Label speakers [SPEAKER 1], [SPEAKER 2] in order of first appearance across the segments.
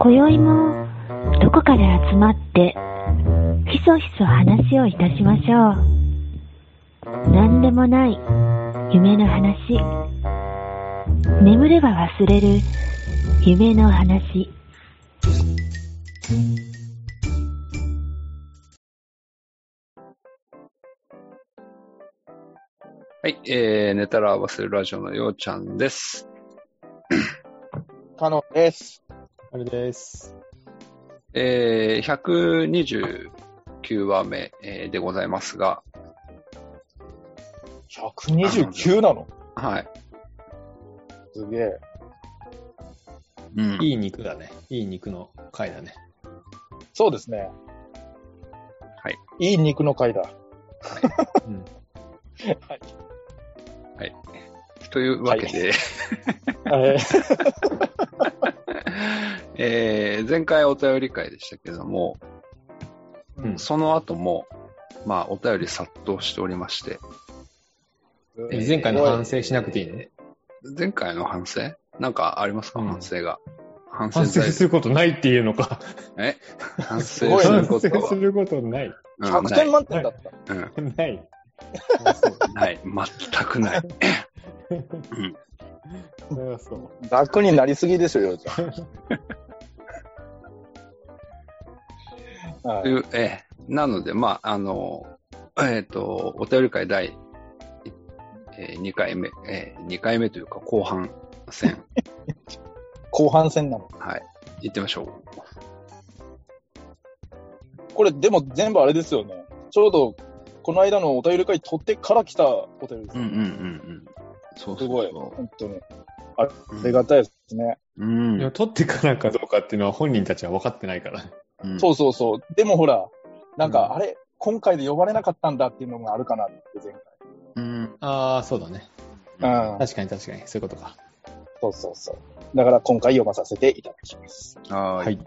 [SPEAKER 1] 今宵もどこかで集まってひそひそ話をいたしましょう何でもない夢の話眠れば忘れる夢の話
[SPEAKER 2] はい、えー、寝たら忘れるラジオのようちゃんです。
[SPEAKER 3] カノンです。
[SPEAKER 4] あれです。
[SPEAKER 2] えー、129話目、えーでございますが、
[SPEAKER 3] 129なの
[SPEAKER 2] はい。
[SPEAKER 3] すげえ。
[SPEAKER 2] うん
[SPEAKER 4] いい肉だね。いい肉の回だね。
[SPEAKER 3] そうですね。
[SPEAKER 2] はい。
[SPEAKER 3] いい肉の回だ。
[SPEAKER 4] うん。
[SPEAKER 2] というわけで、
[SPEAKER 3] え
[SPEAKER 2] えー前回お便り会でしたけども、
[SPEAKER 4] うん
[SPEAKER 2] その後も、まあ、お便り殺到しておりまして、
[SPEAKER 3] ー
[SPEAKER 2] え
[SPEAKER 4] 前回の反省しなくていいの
[SPEAKER 2] 前回の反省なんかありますか、
[SPEAKER 4] うん
[SPEAKER 2] 反省が。反省
[SPEAKER 4] 反省
[SPEAKER 2] 材
[SPEAKER 4] することないっていうのか。
[SPEAKER 2] え反省す
[SPEAKER 3] すごい
[SPEAKER 2] る
[SPEAKER 4] 反
[SPEAKER 2] こ
[SPEAKER 4] 省
[SPEAKER 2] と
[SPEAKER 4] す
[SPEAKER 2] は、
[SPEAKER 4] ることない。
[SPEAKER 2] うん
[SPEAKER 3] 100点満点だった。
[SPEAKER 2] うん
[SPEAKER 4] ない。
[SPEAKER 2] ない。全くない。
[SPEAKER 4] それはそう。
[SPEAKER 3] 楽になりすぎでしょ、ようちゃん。は
[SPEAKER 2] と
[SPEAKER 3] い
[SPEAKER 2] いう、えーなので、まあ、あの、えっ、と、お便り会第、え2回目、え2回目というか後半 戦、
[SPEAKER 3] 後半戦なの。
[SPEAKER 2] はい、行ってみましょう。
[SPEAKER 3] これ、でも全部あれですよね。ちょうど、この間のお便り会取ってから来たお便りです。
[SPEAKER 2] うんうんうんうん。そう
[SPEAKER 3] す
[SPEAKER 2] そう
[SPEAKER 3] ごい。
[SPEAKER 2] そ
[SPEAKER 3] 本当に。
[SPEAKER 2] う。
[SPEAKER 3] ありがたいですね。
[SPEAKER 2] うん
[SPEAKER 4] でも取ってからかどうかっていうのは本人たちは分かってないから。
[SPEAKER 2] うん
[SPEAKER 3] そうそうそう。でもほら、なん
[SPEAKER 2] う
[SPEAKER 3] か、
[SPEAKER 2] ん
[SPEAKER 3] あれ、今回で呼ばれなかったんだっていうのがあるかなって、前
[SPEAKER 2] うん。
[SPEAKER 4] ああ、そうだね。
[SPEAKER 3] 回。うん。
[SPEAKER 4] 確かに確かに。そういうことか。
[SPEAKER 3] そうそうそう。だから今回読まさせていただきます。
[SPEAKER 2] は。
[SPEAKER 4] はいい。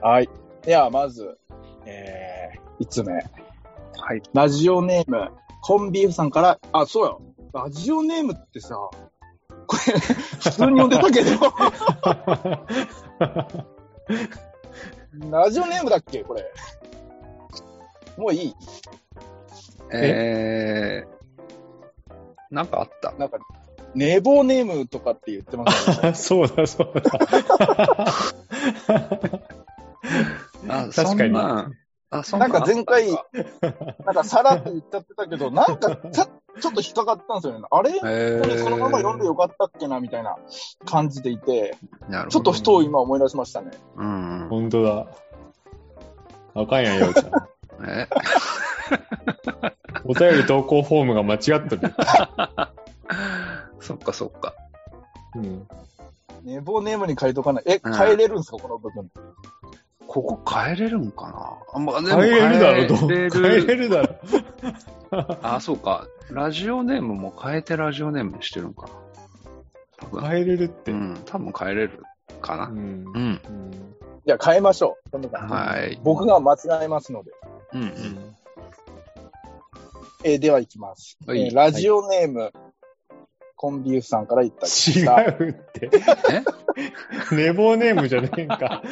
[SPEAKER 3] はい。では、まず、えー、5つ目。
[SPEAKER 2] はい。
[SPEAKER 3] ラジオネーム、コンビーフさんから、あ、そうや。ラジオネームってさ、これ、普通に呼んでた けど、ラジオネームだっけこれ。もういい
[SPEAKER 2] えー、なんかあった
[SPEAKER 3] なんか、寝坊ネームとかって言ってます
[SPEAKER 4] そ
[SPEAKER 3] よね
[SPEAKER 4] うだそうだ。
[SPEAKER 2] あ
[SPEAKER 4] 確かに
[SPEAKER 2] そんなあ、そん
[SPEAKER 3] なん
[SPEAKER 2] あ
[SPEAKER 3] か
[SPEAKER 2] った
[SPEAKER 3] 前回、なんかさらっと言っちゃってたけど、なんかさ、ちょっと引っかかったんですよね。あれ
[SPEAKER 2] え
[SPEAKER 3] これ
[SPEAKER 2] ー、
[SPEAKER 3] そのまま読んでよかったっけなみたいな感じでいて、
[SPEAKER 2] なる
[SPEAKER 3] ちょ
[SPEAKER 2] ほ
[SPEAKER 3] っ
[SPEAKER 2] ど
[SPEAKER 3] とふと今思い出しましたね。
[SPEAKER 2] うんうん。
[SPEAKER 4] 本当だ。あかんやん、ようちゃん。
[SPEAKER 2] え
[SPEAKER 4] お便り投稿フォームが間違ってる。
[SPEAKER 2] そっかそっか。
[SPEAKER 4] うん。
[SPEAKER 3] 寝坊ネームに変えとかない。え、
[SPEAKER 2] うん
[SPEAKER 3] 変えれるんですか、この部分。
[SPEAKER 2] ここ変えれるんかなあ、まあ、で
[SPEAKER 4] 変
[SPEAKER 2] も
[SPEAKER 4] えれるだろ、どう
[SPEAKER 2] 変
[SPEAKER 4] 変
[SPEAKER 2] えれ
[SPEAKER 4] え
[SPEAKER 2] る
[SPEAKER 4] れるだろ。
[SPEAKER 2] あ、そうか。ラジオネームも変えてラジオネームにしてるんかな。多分。
[SPEAKER 4] 変えれるって。
[SPEAKER 2] う
[SPEAKER 4] うん。
[SPEAKER 2] ん、多分変えれるかな。う
[SPEAKER 4] うん
[SPEAKER 2] ん。
[SPEAKER 3] じゃあ変えましょう。この部分
[SPEAKER 2] はい。
[SPEAKER 3] 僕が間違えますので。
[SPEAKER 2] うんう。
[SPEAKER 4] うんん
[SPEAKER 3] えーでは行きます、
[SPEAKER 2] はい
[SPEAKER 3] えーラジオネーム、コンビーフさんからいただき
[SPEAKER 4] 違
[SPEAKER 3] ました。
[SPEAKER 4] うって。 寝坊ネームじゃねえんか。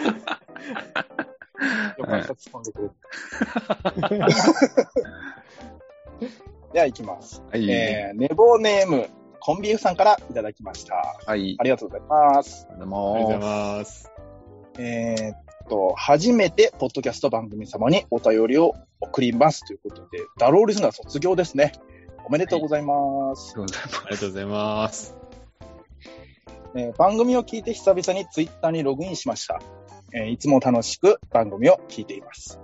[SPEAKER 3] よかった、突っ込んでくれて。 では行きます。
[SPEAKER 2] はい。
[SPEAKER 3] えー寝坊ネーム、コンビーフさんからいただきました。
[SPEAKER 2] はい。
[SPEAKER 3] ありがとうございます。
[SPEAKER 2] ありがとう
[SPEAKER 4] あり
[SPEAKER 2] ご
[SPEAKER 4] が
[SPEAKER 2] ざ
[SPEAKER 4] とご
[SPEAKER 2] いうま
[SPEAKER 4] ざいます。
[SPEAKER 3] えーっと、初めてポッドキャスト番組様にお便りを送りますということで、ダローリスナー卒業ですね。おめでとうございます
[SPEAKER 2] す。。あり
[SPEAKER 4] あり
[SPEAKER 2] がとうございます
[SPEAKER 4] がとうございます。
[SPEAKER 3] えー番組を聞いて久々にツイッターにログインしました。えーいつも楽しく番組を聞いています、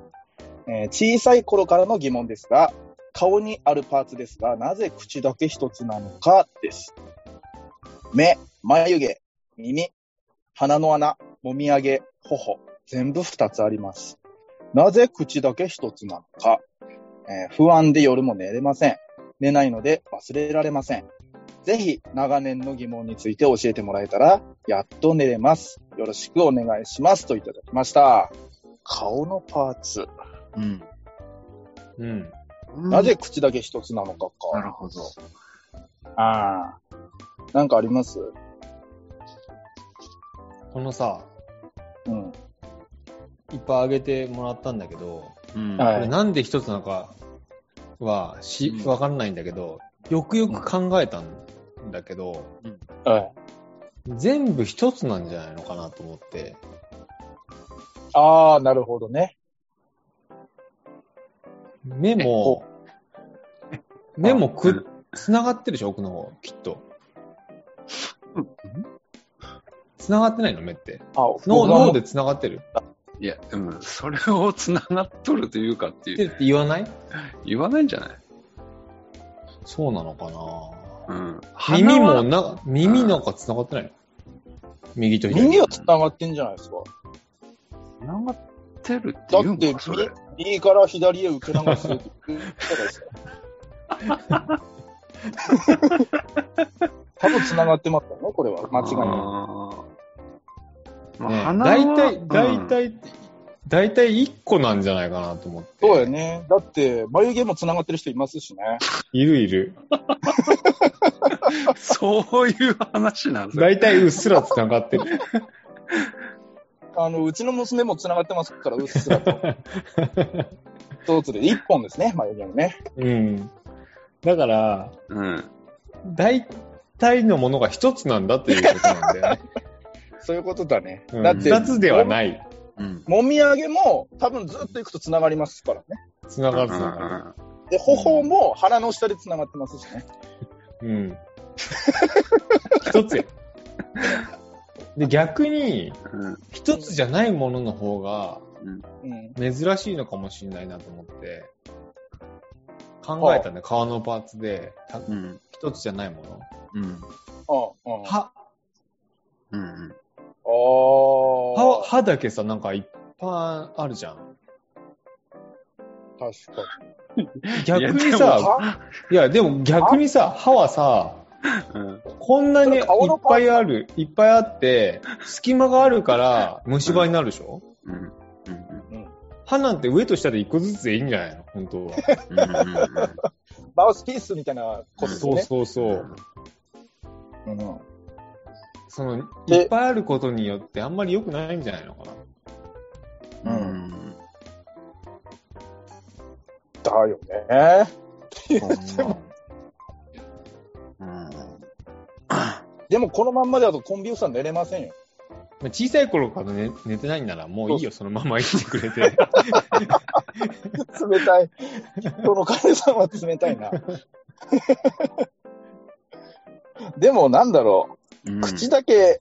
[SPEAKER 3] えー小さい頃からの疑問ですが、顔にあるパーツですが、なぜ口だけ一つなのかです。目、眉毛、耳、鼻の穴、もみあげ、頬、全部二つあります。なぜ口だけ一つなのか、えー不安で夜も寝れません。寝ないので忘れられません。ぜひ長年の疑問について教えてもらえたら、やっと寝れます。よろしくお願いします。といただきました。顔のパーツ。
[SPEAKER 4] うん。
[SPEAKER 2] うん。
[SPEAKER 3] なぜ口だけ一つなのか
[SPEAKER 2] な
[SPEAKER 3] か。
[SPEAKER 2] るほど。
[SPEAKER 3] ああ。なんかあります
[SPEAKER 4] このさ、
[SPEAKER 3] うん。
[SPEAKER 5] いっぱいあげてもらったんだけど、
[SPEAKER 2] うん
[SPEAKER 3] はい
[SPEAKER 5] これなんで一つなのかはし
[SPEAKER 2] うん
[SPEAKER 5] わかんないんだけど、よくよく考えたんだけど、
[SPEAKER 3] はい。
[SPEAKER 5] 全部一つなんじゃないのかなと思って、
[SPEAKER 3] ああ、なるほどね。
[SPEAKER 5] 目も、 目もくっ、つながってるでしょ、奥の方、きっと。つながってないの、目って。
[SPEAKER 3] あ、
[SPEAKER 5] 脳
[SPEAKER 3] 僕は
[SPEAKER 5] 脳でつながってる
[SPEAKER 2] いや、うん、それを繋がっとるというかって
[SPEAKER 5] っ
[SPEAKER 2] い
[SPEAKER 5] て
[SPEAKER 2] う、
[SPEAKER 5] って言わない
[SPEAKER 2] 言わないんじゃない
[SPEAKER 5] そうなのか
[SPEAKER 2] う。
[SPEAKER 5] なん耳も
[SPEAKER 2] 鼻は
[SPEAKER 5] な、耳なんかつながってないの右と左。
[SPEAKER 3] 耳は繋がってんじゃないですか。
[SPEAKER 2] 繋がってるっていうのか、それ。
[SPEAKER 3] 右から左へ受け流すって言ったら ですよ多分繋がってますよね、これは。間違いな
[SPEAKER 2] あーまあ
[SPEAKER 5] ね
[SPEAKER 2] 鼻は
[SPEAKER 5] 大体、
[SPEAKER 2] うん
[SPEAKER 5] 大体、大体1個なんじゃないかなと思って。
[SPEAKER 3] い。そうやね。だって、眉毛も繋がってる人いますしね。
[SPEAKER 5] いるいる。
[SPEAKER 2] そういう話なんですよ。
[SPEAKER 5] 大体うっすら繋がってる。
[SPEAKER 3] あの、うちの娘も繋がってますから、うっすら と。一つで、一本ですね、眉毛もね。
[SPEAKER 5] うん。だから、
[SPEAKER 2] うん。
[SPEAKER 5] 大体のものが一つなんだっていうことなんだよ ね。
[SPEAKER 3] そういうことだね。
[SPEAKER 5] うん
[SPEAKER 3] だって、
[SPEAKER 5] 二つではない。
[SPEAKER 2] うん。
[SPEAKER 3] もみあげも、多分ずっと行くと繋がりますからね。
[SPEAKER 5] 繋がる、繋がる。
[SPEAKER 2] あ
[SPEAKER 3] で、頬も鼻の下で繋がってますしね。
[SPEAKER 5] うん。一つや。で、逆に、一つじゃないものの方が
[SPEAKER 3] うん。
[SPEAKER 5] 珍しいのかもしれないなと思って、考えたんだよ、顔のパーツで、た
[SPEAKER 2] うん。
[SPEAKER 5] 一つじゃないもの。
[SPEAKER 2] うん。
[SPEAKER 3] ああ、うん。
[SPEAKER 5] 歯、
[SPEAKER 2] うん。
[SPEAKER 3] ああ。
[SPEAKER 5] 歯歯だけさ、なんかいっぱいあるじゃん。
[SPEAKER 3] 確か
[SPEAKER 5] 逆に
[SPEAKER 2] いや
[SPEAKER 3] に。
[SPEAKER 5] さ、
[SPEAKER 3] あ
[SPEAKER 5] いや、でも逆にさ、歯はさ、
[SPEAKER 2] うん。
[SPEAKER 5] こんなに
[SPEAKER 3] そ
[SPEAKER 5] いっ
[SPEAKER 3] れ顔のパー
[SPEAKER 5] ぱ
[SPEAKER 3] ツ
[SPEAKER 5] いある、いっぱいあって、隙間があるから虫歯になるでしょ
[SPEAKER 2] うん。うん。
[SPEAKER 5] 歯なんて上と下で一個ずつでいいんじゃないの本当は。
[SPEAKER 2] うんうんうん
[SPEAKER 3] マウスピースみたいなことですよ
[SPEAKER 5] そう
[SPEAKER 3] ね。
[SPEAKER 5] そうそう。
[SPEAKER 3] うん
[SPEAKER 5] その、
[SPEAKER 3] で
[SPEAKER 5] いっぱいあることによってあんまり良くないんじゃないのかな。
[SPEAKER 2] う。
[SPEAKER 3] うんだよね。
[SPEAKER 2] うん。
[SPEAKER 3] でもこのまんまだとコンビウさん寝れませんよ。
[SPEAKER 5] まあ小さい頃から寝寝てないんならもういいよ、そのまま生きてくれて。
[SPEAKER 3] 冷たい。人の彼さんは冷たいな。でもなんだろ
[SPEAKER 2] うん
[SPEAKER 3] う。口だけ、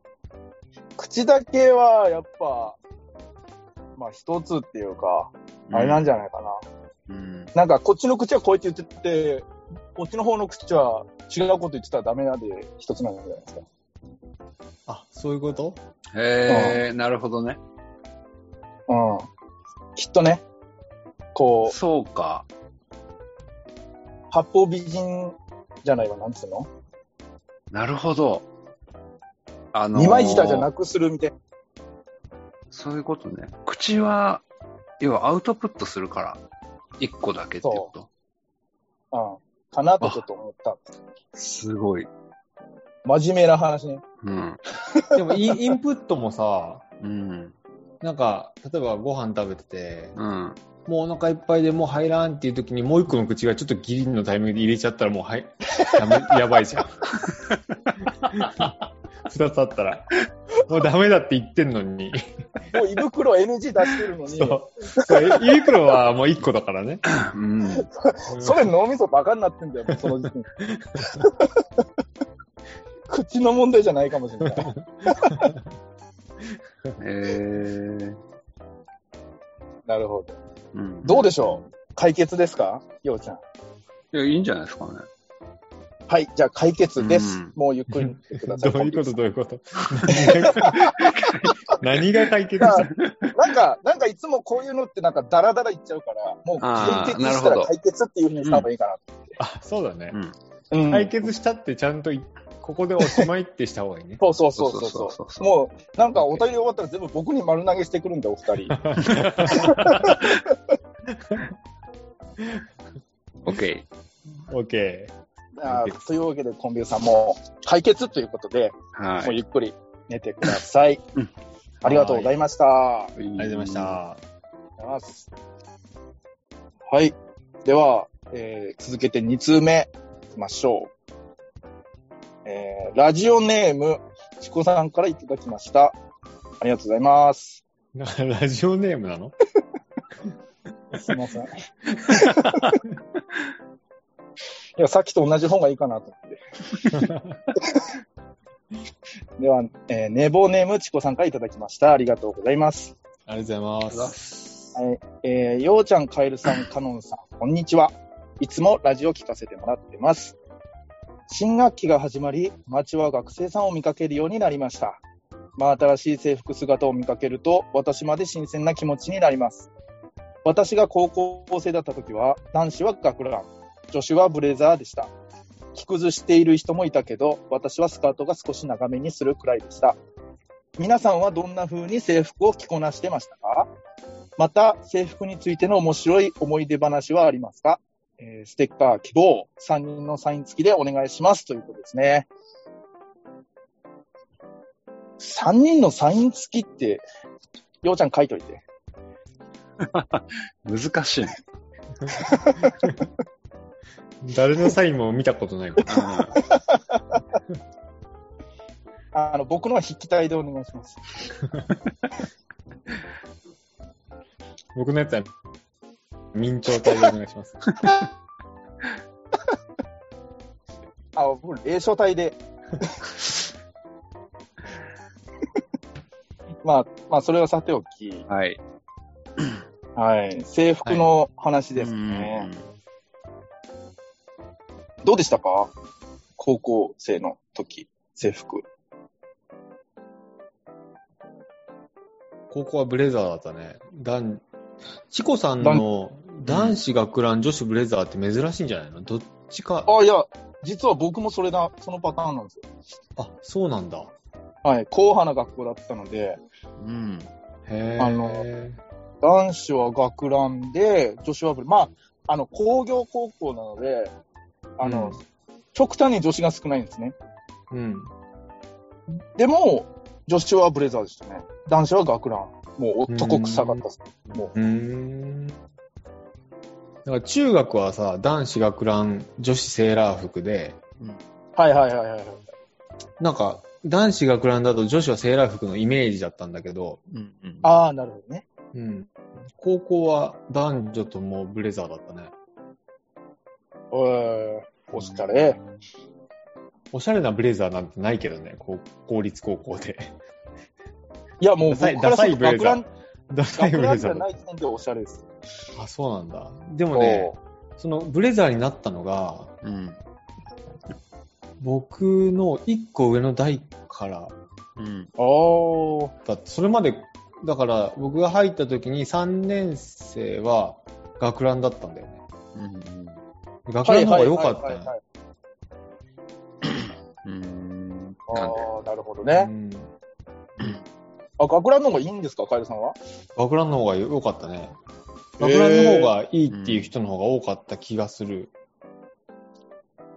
[SPEAKER 3] 口だけはやっぱ、まあ一つっていうか、あれなんじゃないかな。
[SPEAKER 2] うん。
[SPEAKER 3] なんかこっちの口はこうやって言ってて、こっちの方の口は違うこと言ってたらダメなんで一つなんじゃないですか。
[SPEAKER 5] あ、そういうこと
[SPEAKER 2] へえ、なるほどね。
[SPEAKER 3] うん。きっとね、こう、
[SPEAKER 2] そうか。
[SPEAKER 3] 八方美人じゃないわ、なんつうの
[SPEAKER 2] なるほど。あのー
[SPEAKER 3] 二枚舌じゃなくするみたいな。
[SPEAKER 2] そういうことね。口は、要はアウトプットするから、一個だけってこと。
[SPEAKER 3] うん。かなとちょっと思った。
[SPEAKER 2] すごい。
[SPEAKER 3] 真面目な話ね。
[SPEAKER 2] うん。
[SPEAKER 5] でもイン、インプットもさ、
[SPEAKER 2] うん。
[SPEAKER 5] なんか、例えばご飯食べてて、
[SPEAKER 2] うん。
[SPEAKER 5] もうお腹いっぱいでもう入らんっていう時にもう一個の口がちょっとギリのタイミングで入れちゃったらもうはい、ダメ やばいじゃん。二つあったら。もうダメだって言ってんのに。
[SPEAKER 3] もう胃袋 NG 出してるのに、
[SPEAKER 5] そう。そう、ユニクロはもう一個だからね。
[SPEAKER 2] うん。
[SPEAKER 3] それ脳みそバカになってんだよ、もうその時点で 口の問題じゃないかもしれない。
[SPEAKER 2] えー。
[SPEAKER 3] なるほど。
[SPEAKER 2] うん。
[SPEAKER 3] どうでしょう解決ですかようちゃん。
[SPEAKER 2] いや、いいんじゃないですかね。
[SPEAKER 3] はい、じゃあ解決です。
[SPEAKER 2] うん
[SPEAKER 3] もうゆっくり言ってくださ
[SPEAKER 5] ど
[SPEAKER 3] い。
[SPEAKER 5] ういうことどういうこと 何が解決した
[SPEAKER 3] なんか、なんかいつもこういうのってなんかダラダラ言っちゃうから、もう
[SPEAKER 2] あー
[SPEAKER 3] 解決し
[SPEAKER 2] な
[SPEAKER 3] た
[SPEAKER 2] るほ
[SPEAKER 3] ら
[SPEAKER 2] ど
[SPEAKER 3] 解決っていうふうにした方がいいか
[SPEAKER 5] あ、そうだね
[SPEAKER 2] うん。
[SPEAKER 3] な。うん。
[SPEAKER 5] 解決したってちゃんといここでおしまいってした方がいいね
[SPEAKER 3] そうそうそうそう
[SPEAKER 2] そう
[SPEAKER 3] そ
[SPEAKER 2] そう
[SPEAKER 3] う
[SPEAKER 2] そう
[SPEAKER 3] もう、なんかお便り終わったら全部僕に丸投げしてくるんだ、お二人。
[SPEAKER 2] OK。
[SPEAKER 5] OK。
[SPEAKER 3] あーというわけで、コンビューさんも解決ということで、
[SPEAKER 2] は
[SPEAKER 3] もう
[SPEAKER 2] い。
[SPEAKER 3] ゆっくり寝てください。
[SPEAKER 2] うん
[SPEAKER 3] ありがとうございました。あ
[SPEAKER 2] あり
[SPEAKER 5] ありがとうございまし。た。
[SPEAKER 3] りがとうございますはい。では、えー続けて2通目いきましょう。えーラジオネーム、チコさんからいただきました。ありがとうございます。
[SPEAKER 5] なんかラジオネームなの
[SPEAKER 3] す いません。いや、さっきと同じ方がいいか なと思って。では、えー、寝坊ネーム、チコさんからいただきました。ありがとうございます。
[SPEAKER 5] ありがとうございます。
[SPEAKER 3] はい、えー、ようちゃん、カエルさん、カノンさん、こんにちは。いつもラジオ聞かせてもらってます。新学期が始まり、街は学生さんを見かけるようになりました。まあ、新しい制服姿を見かけると、私まで新鮮な気持ちになります。私が高校生だった時は、男子は学ラン、女子はブレザーでした。着崩している人もいたけど、私はスカートが少し長めにするくらいでした。皆さんはどんな風に制服を着こなしてましたかまた、制服についての面白い思い出話はありますか、えーステッカー希望、3人のサイン付きでお願いしますということですね。3人のサイン付きって、ようちゃん書いといて。
[SPEAKER 2] 難しいね。
[SPEAKER 5] 誰のサインも見たことないもん。
[SPEAKER 3] あの、僕のは筆記体でお願いします。
[SPEAKER 5] 僕のやつは、明朝体でお願いします。
[SPEAKER 3] あ、僕、霊障体で。 まあ、まあ、それはさておき、
[SPEAKER 2] はい。
[SPEAKER 3] はい、制服の話ですね。どうでしたか高校生の時、制服。
[SPEAKER 5] 高校はブレザーだったね。男、チコさんの男子学ラン、女子ブレザーって珍しいんじゃないのどっちか。
[SPEAKER 3] あ、いや、実は僕もそれだ、そのパターンなんですよ。
[SPEAKER 5] あ、そうなんだ。
[SPEAKER 3] はい、硬派な学校だったので、
[SPEAKER 2] うん。
[SPEAKER 5] へ
[SPEAKER 3] あの
[SPEAKER 5] え。
[SPEAKER 3] 男子は学ランで、女子はブレ、まあ、あの、工業高校なので、あの、極端に女子が少ないんですね。
[SPEAKER 5] うん。
[SPEAKER 3] でも、女子はブレザーでしたね。男子は学ラン。もう男臭かったっす。も
[SPEAKER 5] うーん。だから中学はさ、男子学ラン、女子セーラー服で、
[SPEAKER 3] う。はいはいはいはい。
[SPEAKER 5] なんか、男子学ランだと女子はセーラー服のイメージだったんだけど、
[SPEAKER 2] うんうんあ
[SPEAKER 3] ああ、なるほどね。
[SPEAKER 5] うん。高校は男女ともブレザーだったね。
[SPEAKER 3] えー、お疲れ。
[SPEAKER 5] おしゃれなブレザーなんてないけどね、こう公立高校で。
[SPEAKER 3] いや、もう
[SPEAKER 5] ダサい
[SPEAKER 3] 僕からすると
[SPEAKER 5] ダサい
[SPEAKER 3] 学
[SPEAKER 5] ブレザ
[SPEAKER 3] ラ
[SPEAKER 5] ー
[SPEAKER 3] ン、
[SPEAKER 5] ダサい
[SPEAKER 3] 学
[SPEAKER 5] ブ
[SPEAKER 3] ラ
[SPEAKER 5] レ
[SPEAKER 3] ンじ
[SPEAKER 5] ザ
[SPEAKER 3] ゃ
[SPEAKER 5] ーだ
[SPEAKER 3] ない時点でおしゃれです。
[SPEAKER 5] あ、そうなんだ。でもね、そのブレザーになったのが、
[SPEAKER 2] うん。
[SPEAKER 5] 僕の一個上の代から
[SPEAKER 2] うん。
[SPEAKER 3] おー。
[SPEAKER 5] だそれまで、だから僕が入った時に3年生は学ランだったんだよね。
[SPEAKER 2] うん。
[SPEAKER 5] 学ランの方が良かった
[SPEAKER 3] はい
[SPEAKER 5] ね
[SPEAKER 3] はいはいはい
[SPEAKER 2] うん。なんで
[SPEAKER 3] ああ、なるほど
[SPEAKER 5] う
[SPEAKER 3] ね。
[SPEAKER 5] ん
[SPEAKER 3] あ、学ランの方がいいんですか、カエルさんは。
[SPEAKER 5] 学ランの方が良かったね。
[SPEAKER 3] へ
[SPEAKER 5] 学
[SPEAKER 3] ー
[SPEAKER 5] ランの方がいいっていう人の方が多かった気がする。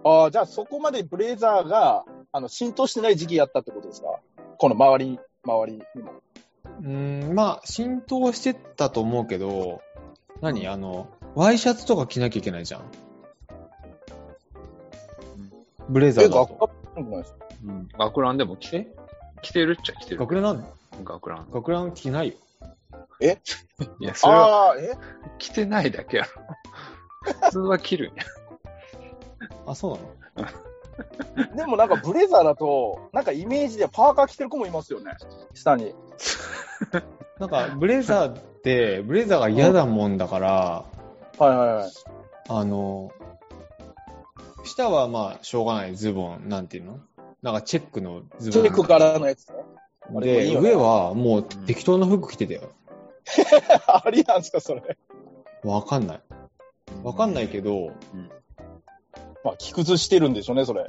[SPEAKER 3] ああ、じゃあそこまでブレザーが、あの、浸透してない時期やったってことですかこの周り、周りにも。
[SPEAKER 5] うん、まあ、浸透してたと思うけど、何あの、ワイシャツとか着なきゃいけないじゃん。ブレザ
[SPEAKER 3] え、
[SPEAKER 5] ー
[SPEAKER 3] 学
[SPEAKER 5] だ
[SPEAKER 3] ラン
[SPEAKER 5] と。
[SPEAKER 3] じゃないですか
[SPEAKER 2] うん学ランでも着て
[SPEAKER 5] え
[SPEAKER 2] 着てるっちゃ着てる。
[SPEAKER 5] 学ランなん
[SPEAKER 2] 学ラン。
[SPEAKER 5] 学ラン着ないよ。
[SPEAKER 2] いや、それは
[SPEAKER 3] ああ、え
[SPEAKER 2] 着てないだけやろ。普通は着るんや。
[SPEAKER 5] あ、そうなの
[SPEAKER 3] でもなんかブレザーだと、なんかイメージでパーカー着てる子もいますよね。下に。
[SPEAKER 5] なんか、ブレザーって、 ブレザーが嫌だもんだから、
[SPEAKER 3] はいはいはい。
[SPEAKER 5] あの、下はまあ、しょうがないズボン、なんていうのなんかチェックのズ
[SPEAKER 3] チ
[SPEAKER 5] ボン。
[SPEAKER 3] ェックからのやつね。 あれも
[SPEAKER 5] で、
[SPEAKER 3] いいよね
[SPEAKER 5] 上はもう適当な服着てたよ。
[SPEAKER 3] ありなんですか、それ。
[SPEAKER 5] わかんない。わかんないけど、
[SPEAKER 3] まあ、着崩してるんでしょうね、それ。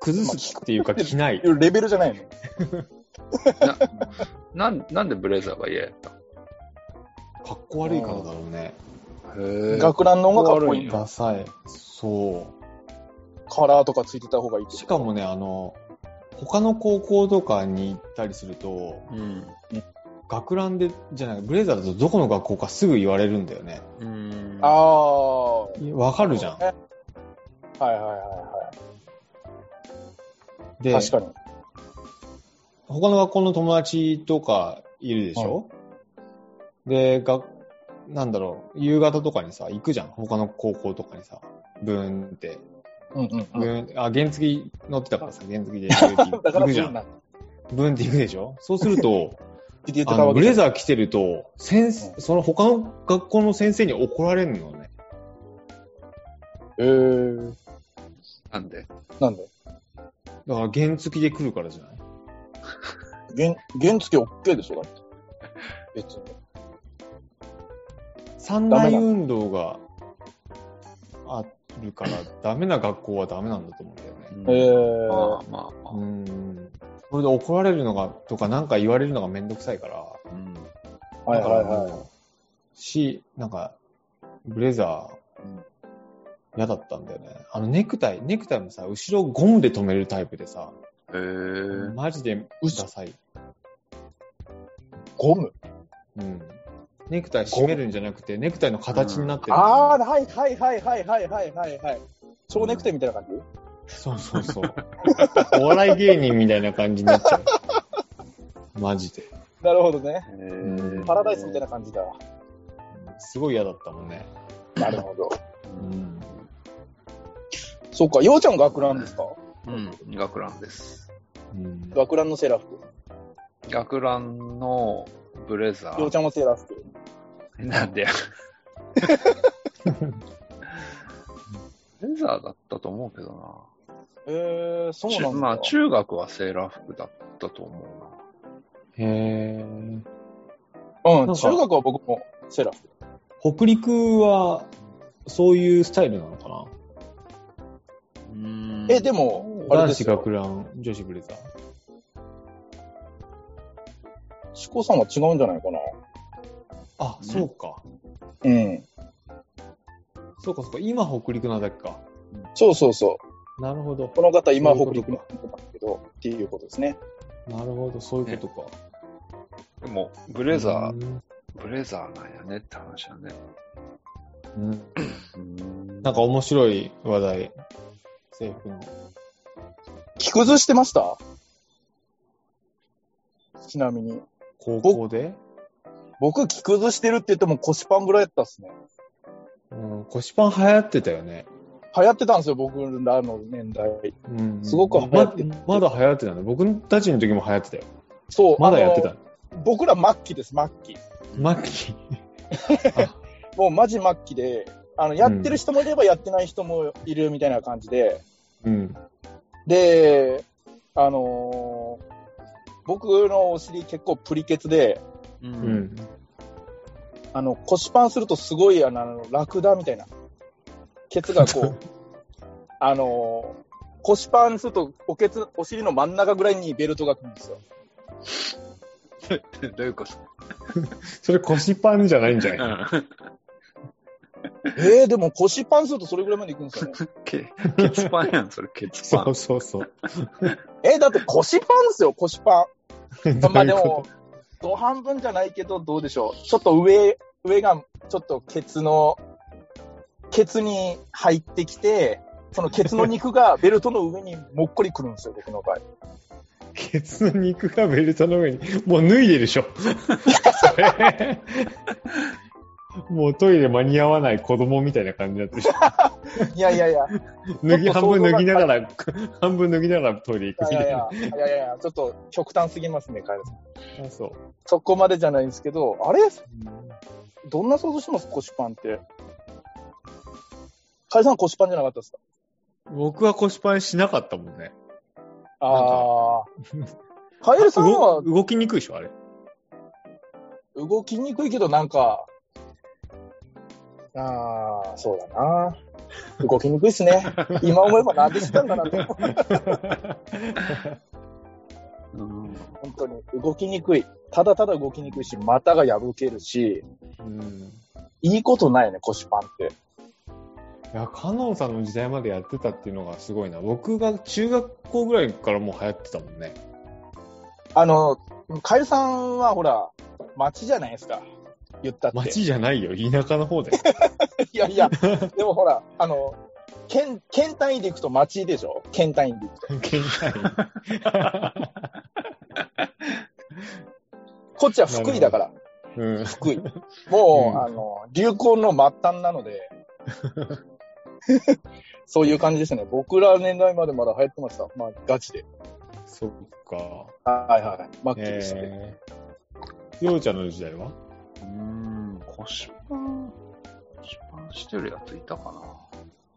[SPEAKER 5] 崩すっていうか着ない。
[SPEAKER 3] レベルじゃないの。
[SPEAKER 2] な、なんなんでブレザーが嫌やった
[SPEAKER 5] かっこ悪いからだろうね。
[SPEAKER 2] へ
[SPEAKER 3] 学ランの方がかっこいい。
[SPEAKER 5] ダサい。そ。
[SPEAKER 3] カラーとかついてた方がいいう
[SPEAKER 5] しかもね、あの、他の高校とかに行ったりすると、
[SPEAKER 2] うん。
[SPEAKER 5] 学ランで、じゃない、ブレザーだとどこの学校かすぐ言われるんだよね。
[SPEAKER 2] うん。
[SPEAKER 3] ああ。わ
[SPEAKER 5] わかるじゃん。
[SPEAKER 3] はいはいは
[SPEAKER 5] で
[SPEAKER 3] いはい。確かに。
[SPEAKER 5] 他の学校の友達とかいるでしょ、で、が、なんだろう、夕方とかにさ、行くじゃん。他の高校とかにさ、ブーンって。
[SPEAKER 3] うんうんう
[SPEAKER 5] ブ
[SPEAKER 3] ん。
[SPEAKER 5] ーン、あ、原付乗ってたからさ、原付で行 く
[SPEAKER 3] だから
[SPEAKER 5] 行
[SPEAKER 3] ブ
[SPEAKER 5] くじゃ
[SPEAKER 3] ーン
[SPEAKER 5] ん。
[SPEAKER 3] な
[SPEAKER 5] ブ
[SPEAKER 3] んだ。
[SPEAKER 5] ーンって行くでしょそうすると、
[SPEAKER 3] って言って
[SPEAKER 5] あ
[SPEAKER 3] た
[SPEAKER 5] の
[SPEAKER 3] わけ
[SPEAKER 5] ブ
[SPEAKER 3] じゃ
[SPEAKER 5] レ
[SPEAKER 3] ん
[SPEAKER 5] ザー着てると、先生
[SPEAKER 3] う
[SPEAKER 5] その他の学校の先生に怒られるのね。
[SPEAKER 3] えー、
[SPEAKER 2] なんで
[SPEAKER 3] なんで
[SPEAKER 5] だから原付で来るからじゃない
[SPEAKER 3] 原原付 OK でしょだって。別に。
[SPEAKER 5] 三大運動があるから、ダメな学校はダメなんだと思うんだよね。
[SPEAKER 3] えー、
[SPEAKER 2] まあまあ
[SPEAKER 5] う
[SPEAKER 2] ま
[SPEAKER 5] ん。それで怒られるのが、とかなんか言われるのがめんどくさいから、
[SPEAKER 2] あ。うん。
[SPEAKER 3] はい
[SPEAKER 5] だから
[SPEAKER 3] はいはい。
[SPEAKER 5] もう、し、なんか、ブレザ
[SPEAKER 2] うん
[SPEAKER 5] ー、嫌だったんだよね。あのネクタイ、ネクタイもさ、後ろゴムで止めるタイプでさ、
[SPEAKER 2] へえ。
[SPEAKER 5] マジでダサい。
[SPEAKER 3] ゴム
[SPEAKER 5] うん。ネクタイ締めるんじゃなくて、ネクタイの形になってる。
[SPEAKER 3] ああ、はいはいはいはいはいはいはいはい。蝶ネクタイみたいな感じ、
[SPEAKER 5] そうそうそう。 お笑い芸人みたいな感じになっちゃう。マジで。
[SPEAKER 3] なるほどね。
[SPEAKER 5] うん
[SPEAKER 3] パラダイスみたいな感じだわ。
[SPEAKER 5] すごい嫌だったもんね。
[SPEAKER 3] なるほど。
[SPEAKER 5] うん。
[SPEAKER 3] そうか、ようちゃん学ランですか
[SPEAKER 2] うん。学ランです。
[SPEAKER 5] うん、
[SPEAKER 3] 学ランのセーラー服。
[SPEAKER 2] 学ランのブレザ
[SPEAKER 3] よう
[SPEAKER 2] ー
[SPEAKER 3] ち。ゃんもセーラー服。
[SPEAKER 2] なん でブレザーだったと思うけどな。
[SPEAKER 3] えー、そうなんだ。
[SPEAKER 2] 中まあ、中学はセーラー服だったと思うな。
[SPEAKER 5] へー
[SPEAKER 3] う、
[SPEAKER 5] なんんか
[SPEAKER 3] 中学は僕もセーラー服。
[SPEAKER 5] 北陸は、そういうスタイルなのかな
[SPEAKER 3] え、でも、あれ
[SPEAKER 5] 男
[SPEAKER 3] です
[SPEAKER 5] 子
[SPEAKER 3] よ
[SPEAKER 5] 学。ラン、女子ブレザー。
[SPEAKER 3] 志向さんは違うんじゃないかな。
[SPEAKER 5] あ、
[SPEAKER 2] うん
[SPEAKER 5] そうか。
[SPEAKER 3] うん。
[SPEAKER 5] そうか、そうか。今北陸なだけか。
[SPEAKER 3] そうそうそう。
[SPEAKER 5] なるほど。
[SPEAKER 3] この方、今、
[SPEAKER 5] そう
[SPEAKER 3] 北
[SPEAKER 5] いう
[SPEAKER 3] 陸
[SPEAKER 5] こ
[SPEAKER 3] に住
[SPEAKER 5] とか
[SPEAKER 3] んでますけど、っていうことですね。
[SPEAKER 5] なるほど、そういうことか。
[SPEAKER 2] でも、ブ
[SPEAKER 5] ブ
[SPEAKER 2] レザー、
[SPEAKER 5] ー。
[SPEAKER 2] ブレザーなんやねって話だね。
[SPEAKER 5] うん。
[SPEAKER 2] うん
[SPEAKER 5] なんか面白い話題。制服の。
[SPEAKER 3] 着崩してましたちなみに。
[SPEAKER 5] 高校で
[SPEAKER 3] 僕、着崩してるって言っても腰パンぐらいやったっすね。
[SPEAKER 5] うん。腰パン流行ってたよね。
[SPEAKER 3] 流行ってたんですよ、僕らの年代。
[SPEAKER 5] うん
[SPEAKER 3] すごく流行ってる
[SPEAKER 5] ままだ流行ってたね。僕たちの時も流行ってたよ。
[SPEAKER 3] そう。
[SPEAKER 5] まだやって
[SPEAKER 3] あ
[SPEAKER 5] た。
[SPEAKER 3] の僕ら末期です、末期。
[SPEAKER 5] マッキー。
[SPEAKER 3] もうマジ末期で、あの、やってる人もいればやってない人もいるみたいな感じで、
[SPEAKER 5] うん。
[SPEAKER 3] で、あのー僕のお尻結構プリケツで、
[SPEAKER 2] う。
[SPEAKER 5] うんん。
[SPEAKER 3] あの、腰パンするとすごい、あの、あの楽だみたいな。ケツが こう、あのー腰パンすると、おケツ、お尻の真ん中ぐらいにベルトが来るんですよ。
[SPEAKER 2] どういうこと
[SPEAKER 5] それ腰パンじゃないんじゃない
[SPEAKER 3] ええー、でも腰パンするとそれぐらいまでいくんですよね。
[SPEAKER 2] ケ ケツパンやん、それ、ケツパン
[SPEAKER 5] そう。そうそう。
[SPEAKER 3] えー、だって腰パンですよ、腰パン。まあで
[SPEAKER 5] どういう
[SPEAKER 3] も、ど半分じゃないけど、どうでしょう。ちょっと上、上が、ちょっとケツの、ケツに入ってきて、そのケツの肉がベルトの上にもっこりくるんですよ、僕の場合。
[SPEAKER 5] ケツの肉がベルトの上に、もう脱いでるでし ょ。それ。もうトイレ間に合わない子供みたいな感じにな ってるでしょ
[SPEAKER 3] いやいやいや、い
[SPEAKER 5] 脱ぎ、半分脱ぎながら、 半分脱ぎながらトイレ行く
[SPEAKER 3] やい
[SPEAKER 5] みた
[SPEAKER 3] や
[SPEAKER 5] い
[SPEAKER 3] い
[SPEAKER 5] な。
[SPEAKER 3] や、いやいやいや、ちょっと極端すぎますね、カエルさん。
[SPEAKER 5] あそう。
[SPEAKER 3] そこまでじゃないんですけど、あれどんな想像します腰パンって。カエルさん腰パンじゃなかったですか
[SPEAKER 5] 僕は腰パンしなかったもんね。
[SPEAKER 3] ああ。カエルさんは
[SPEAKER 5] 動動きにくいでしょ、あれ。
[SPEAKER 3] 動きにくいけど、なんか、ああ、そうだな。動きにくいっすね。今思えばなんでしたんだなと思う。
[SPEAKER 2] うん
[SPEAKER 3] 本当に。動きにくい。ただただ動きにくいし、股が破けるし、
[SPEAKER 5] うん
[SPEAKER 3] いいことないね、腰パンって。
[SPEAKER 5] いや、カノンさんの時代までやってたっていうのがすごいな。僕が中学校ぐらいからもう流行ってたもんね。
[SPEAKER 3] あの、カエルさんはほら、町じゃないですか。言ったって。
[SPEAKER 5] 街じゃないよ、田舎の 方で。
[SPEAKER 3] いやいや、でもほら、あの、県、県単位で行くと町でしょ県単位で行くと。
[SPEAKER 5] 関係ない。
[SPEAKER 3] こっちは福井だから、
[SPEAKER 5] うん。
[SPEAKER 3] 福井。もう、
[SPEAKER 5] うん
[SPEAKER 3] あの、流行の末端なので、そういう感じですね。僕ら年代までまだ流行ってました。まあ、ガチで。
[SPEAKER 5] そっか。
[SPEAKER 3] はいはい。マッキーでしたね。
[SPEAKER 5] えー、ようちゃんの時代は
[SPEAKER 2] うーん、腰パン、腰パンしてるやついたかな。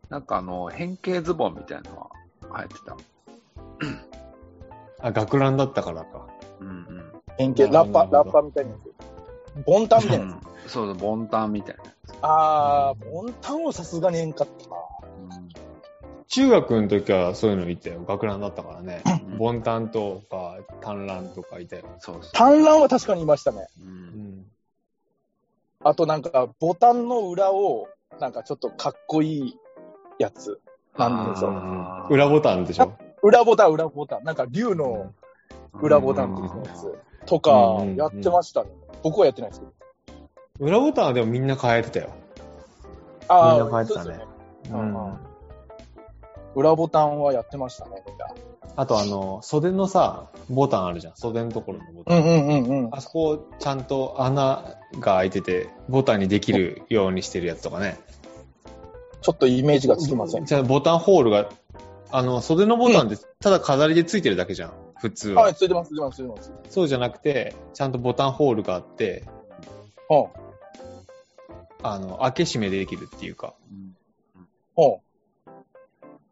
[SPEAKER 2] なんかあの、変形ズボンみたいなのは流行ってた。
[SPEAKER 5] あ、学ランだったからか。
[SPEAKER 2] うんうん。
[SPEAKER 3] 変形、ラッパ、ラッパみたいなやつ。ボンタンみたいなやつ。
[SPEAKER 2] うん、そうそう、ボンタンみたいなや
[SPEAKER 3] あー、ボンタンはさすがにえんかったな。
[SPEAKER 5] 中学の時はそういうのいたよ。学ランだったからね。
[SPEAKER 2] つ。うん
[SPEAKER 5] ボンタンとか、単ランとかいたよ。
[SPEAKER 2] そうそ
[SPEAKER 3] 単乱は確かにいましたね。
[SPEAKER 2] う。う、
[SPEAKER 5] うんん。
[SPEAKER 3] あとなんか、ボタンの裏を、なんかちょっとかっこいいやつ。なんでしょう。
[SPEAKER 5] うん
[SPEAKER 2] あー
[SPEAKER 5] 裏ボタンでしょ
[SPEAKER 3] 裏ボタン、裏ボタン。なんか竜の裏ボタン的なやつとか
[SPEAKER 5] うん、
[SPEAKER 3] やってましたね。僕はやってないですけど。
[SPEAKER 5] 裏ボタンはでもみんな変えてたよ。
[SPEAKER 3] あ
[SPEAKER 5] みんな
[SPEAKER 3] あ、
[SPEAKER 5] 変えて
[SPEAKER 3] そうで
[SPEAKER 5] た
[SPEAKER 3] す
[SPEAKER 5] ね
[SPEAKER 3] よね。
[SPEAKER 5] うん
[SPEAKER 3] 裏ボタンはやってましたね、みんな。
[SPEAKER 5] あとあの、袖のさ、ボタンあるじゃん。袖のところのボタ
[SPEAKER 3] う
[SPEAKER 5] ン。
[SPEAKER 3] んうんうんうん。
[SPEAKER 5] あそこ、ちゃんと穴が開いてて、ボタンにできるようにしてるやつとかね。
[SPEAKER 3] ちょっとイメージがつきません。
[SPEAKER 5] じゃあボタンホールが、あの、袖のボタンって、ただ飾りでついてるだけじゃん。普通は。
[SPEAKER 3] はい、ついてます、ついてます、ついてます。
[SPEAKER 5] そうじゃなくて、ちゃんとボタンホールがあって、
[SPEAKER 3] ほう、
[SPEAKER 5] あの、開け閉めできるっていうか。
[SPEAKER 3] ほ
[SPEAKER 2] うん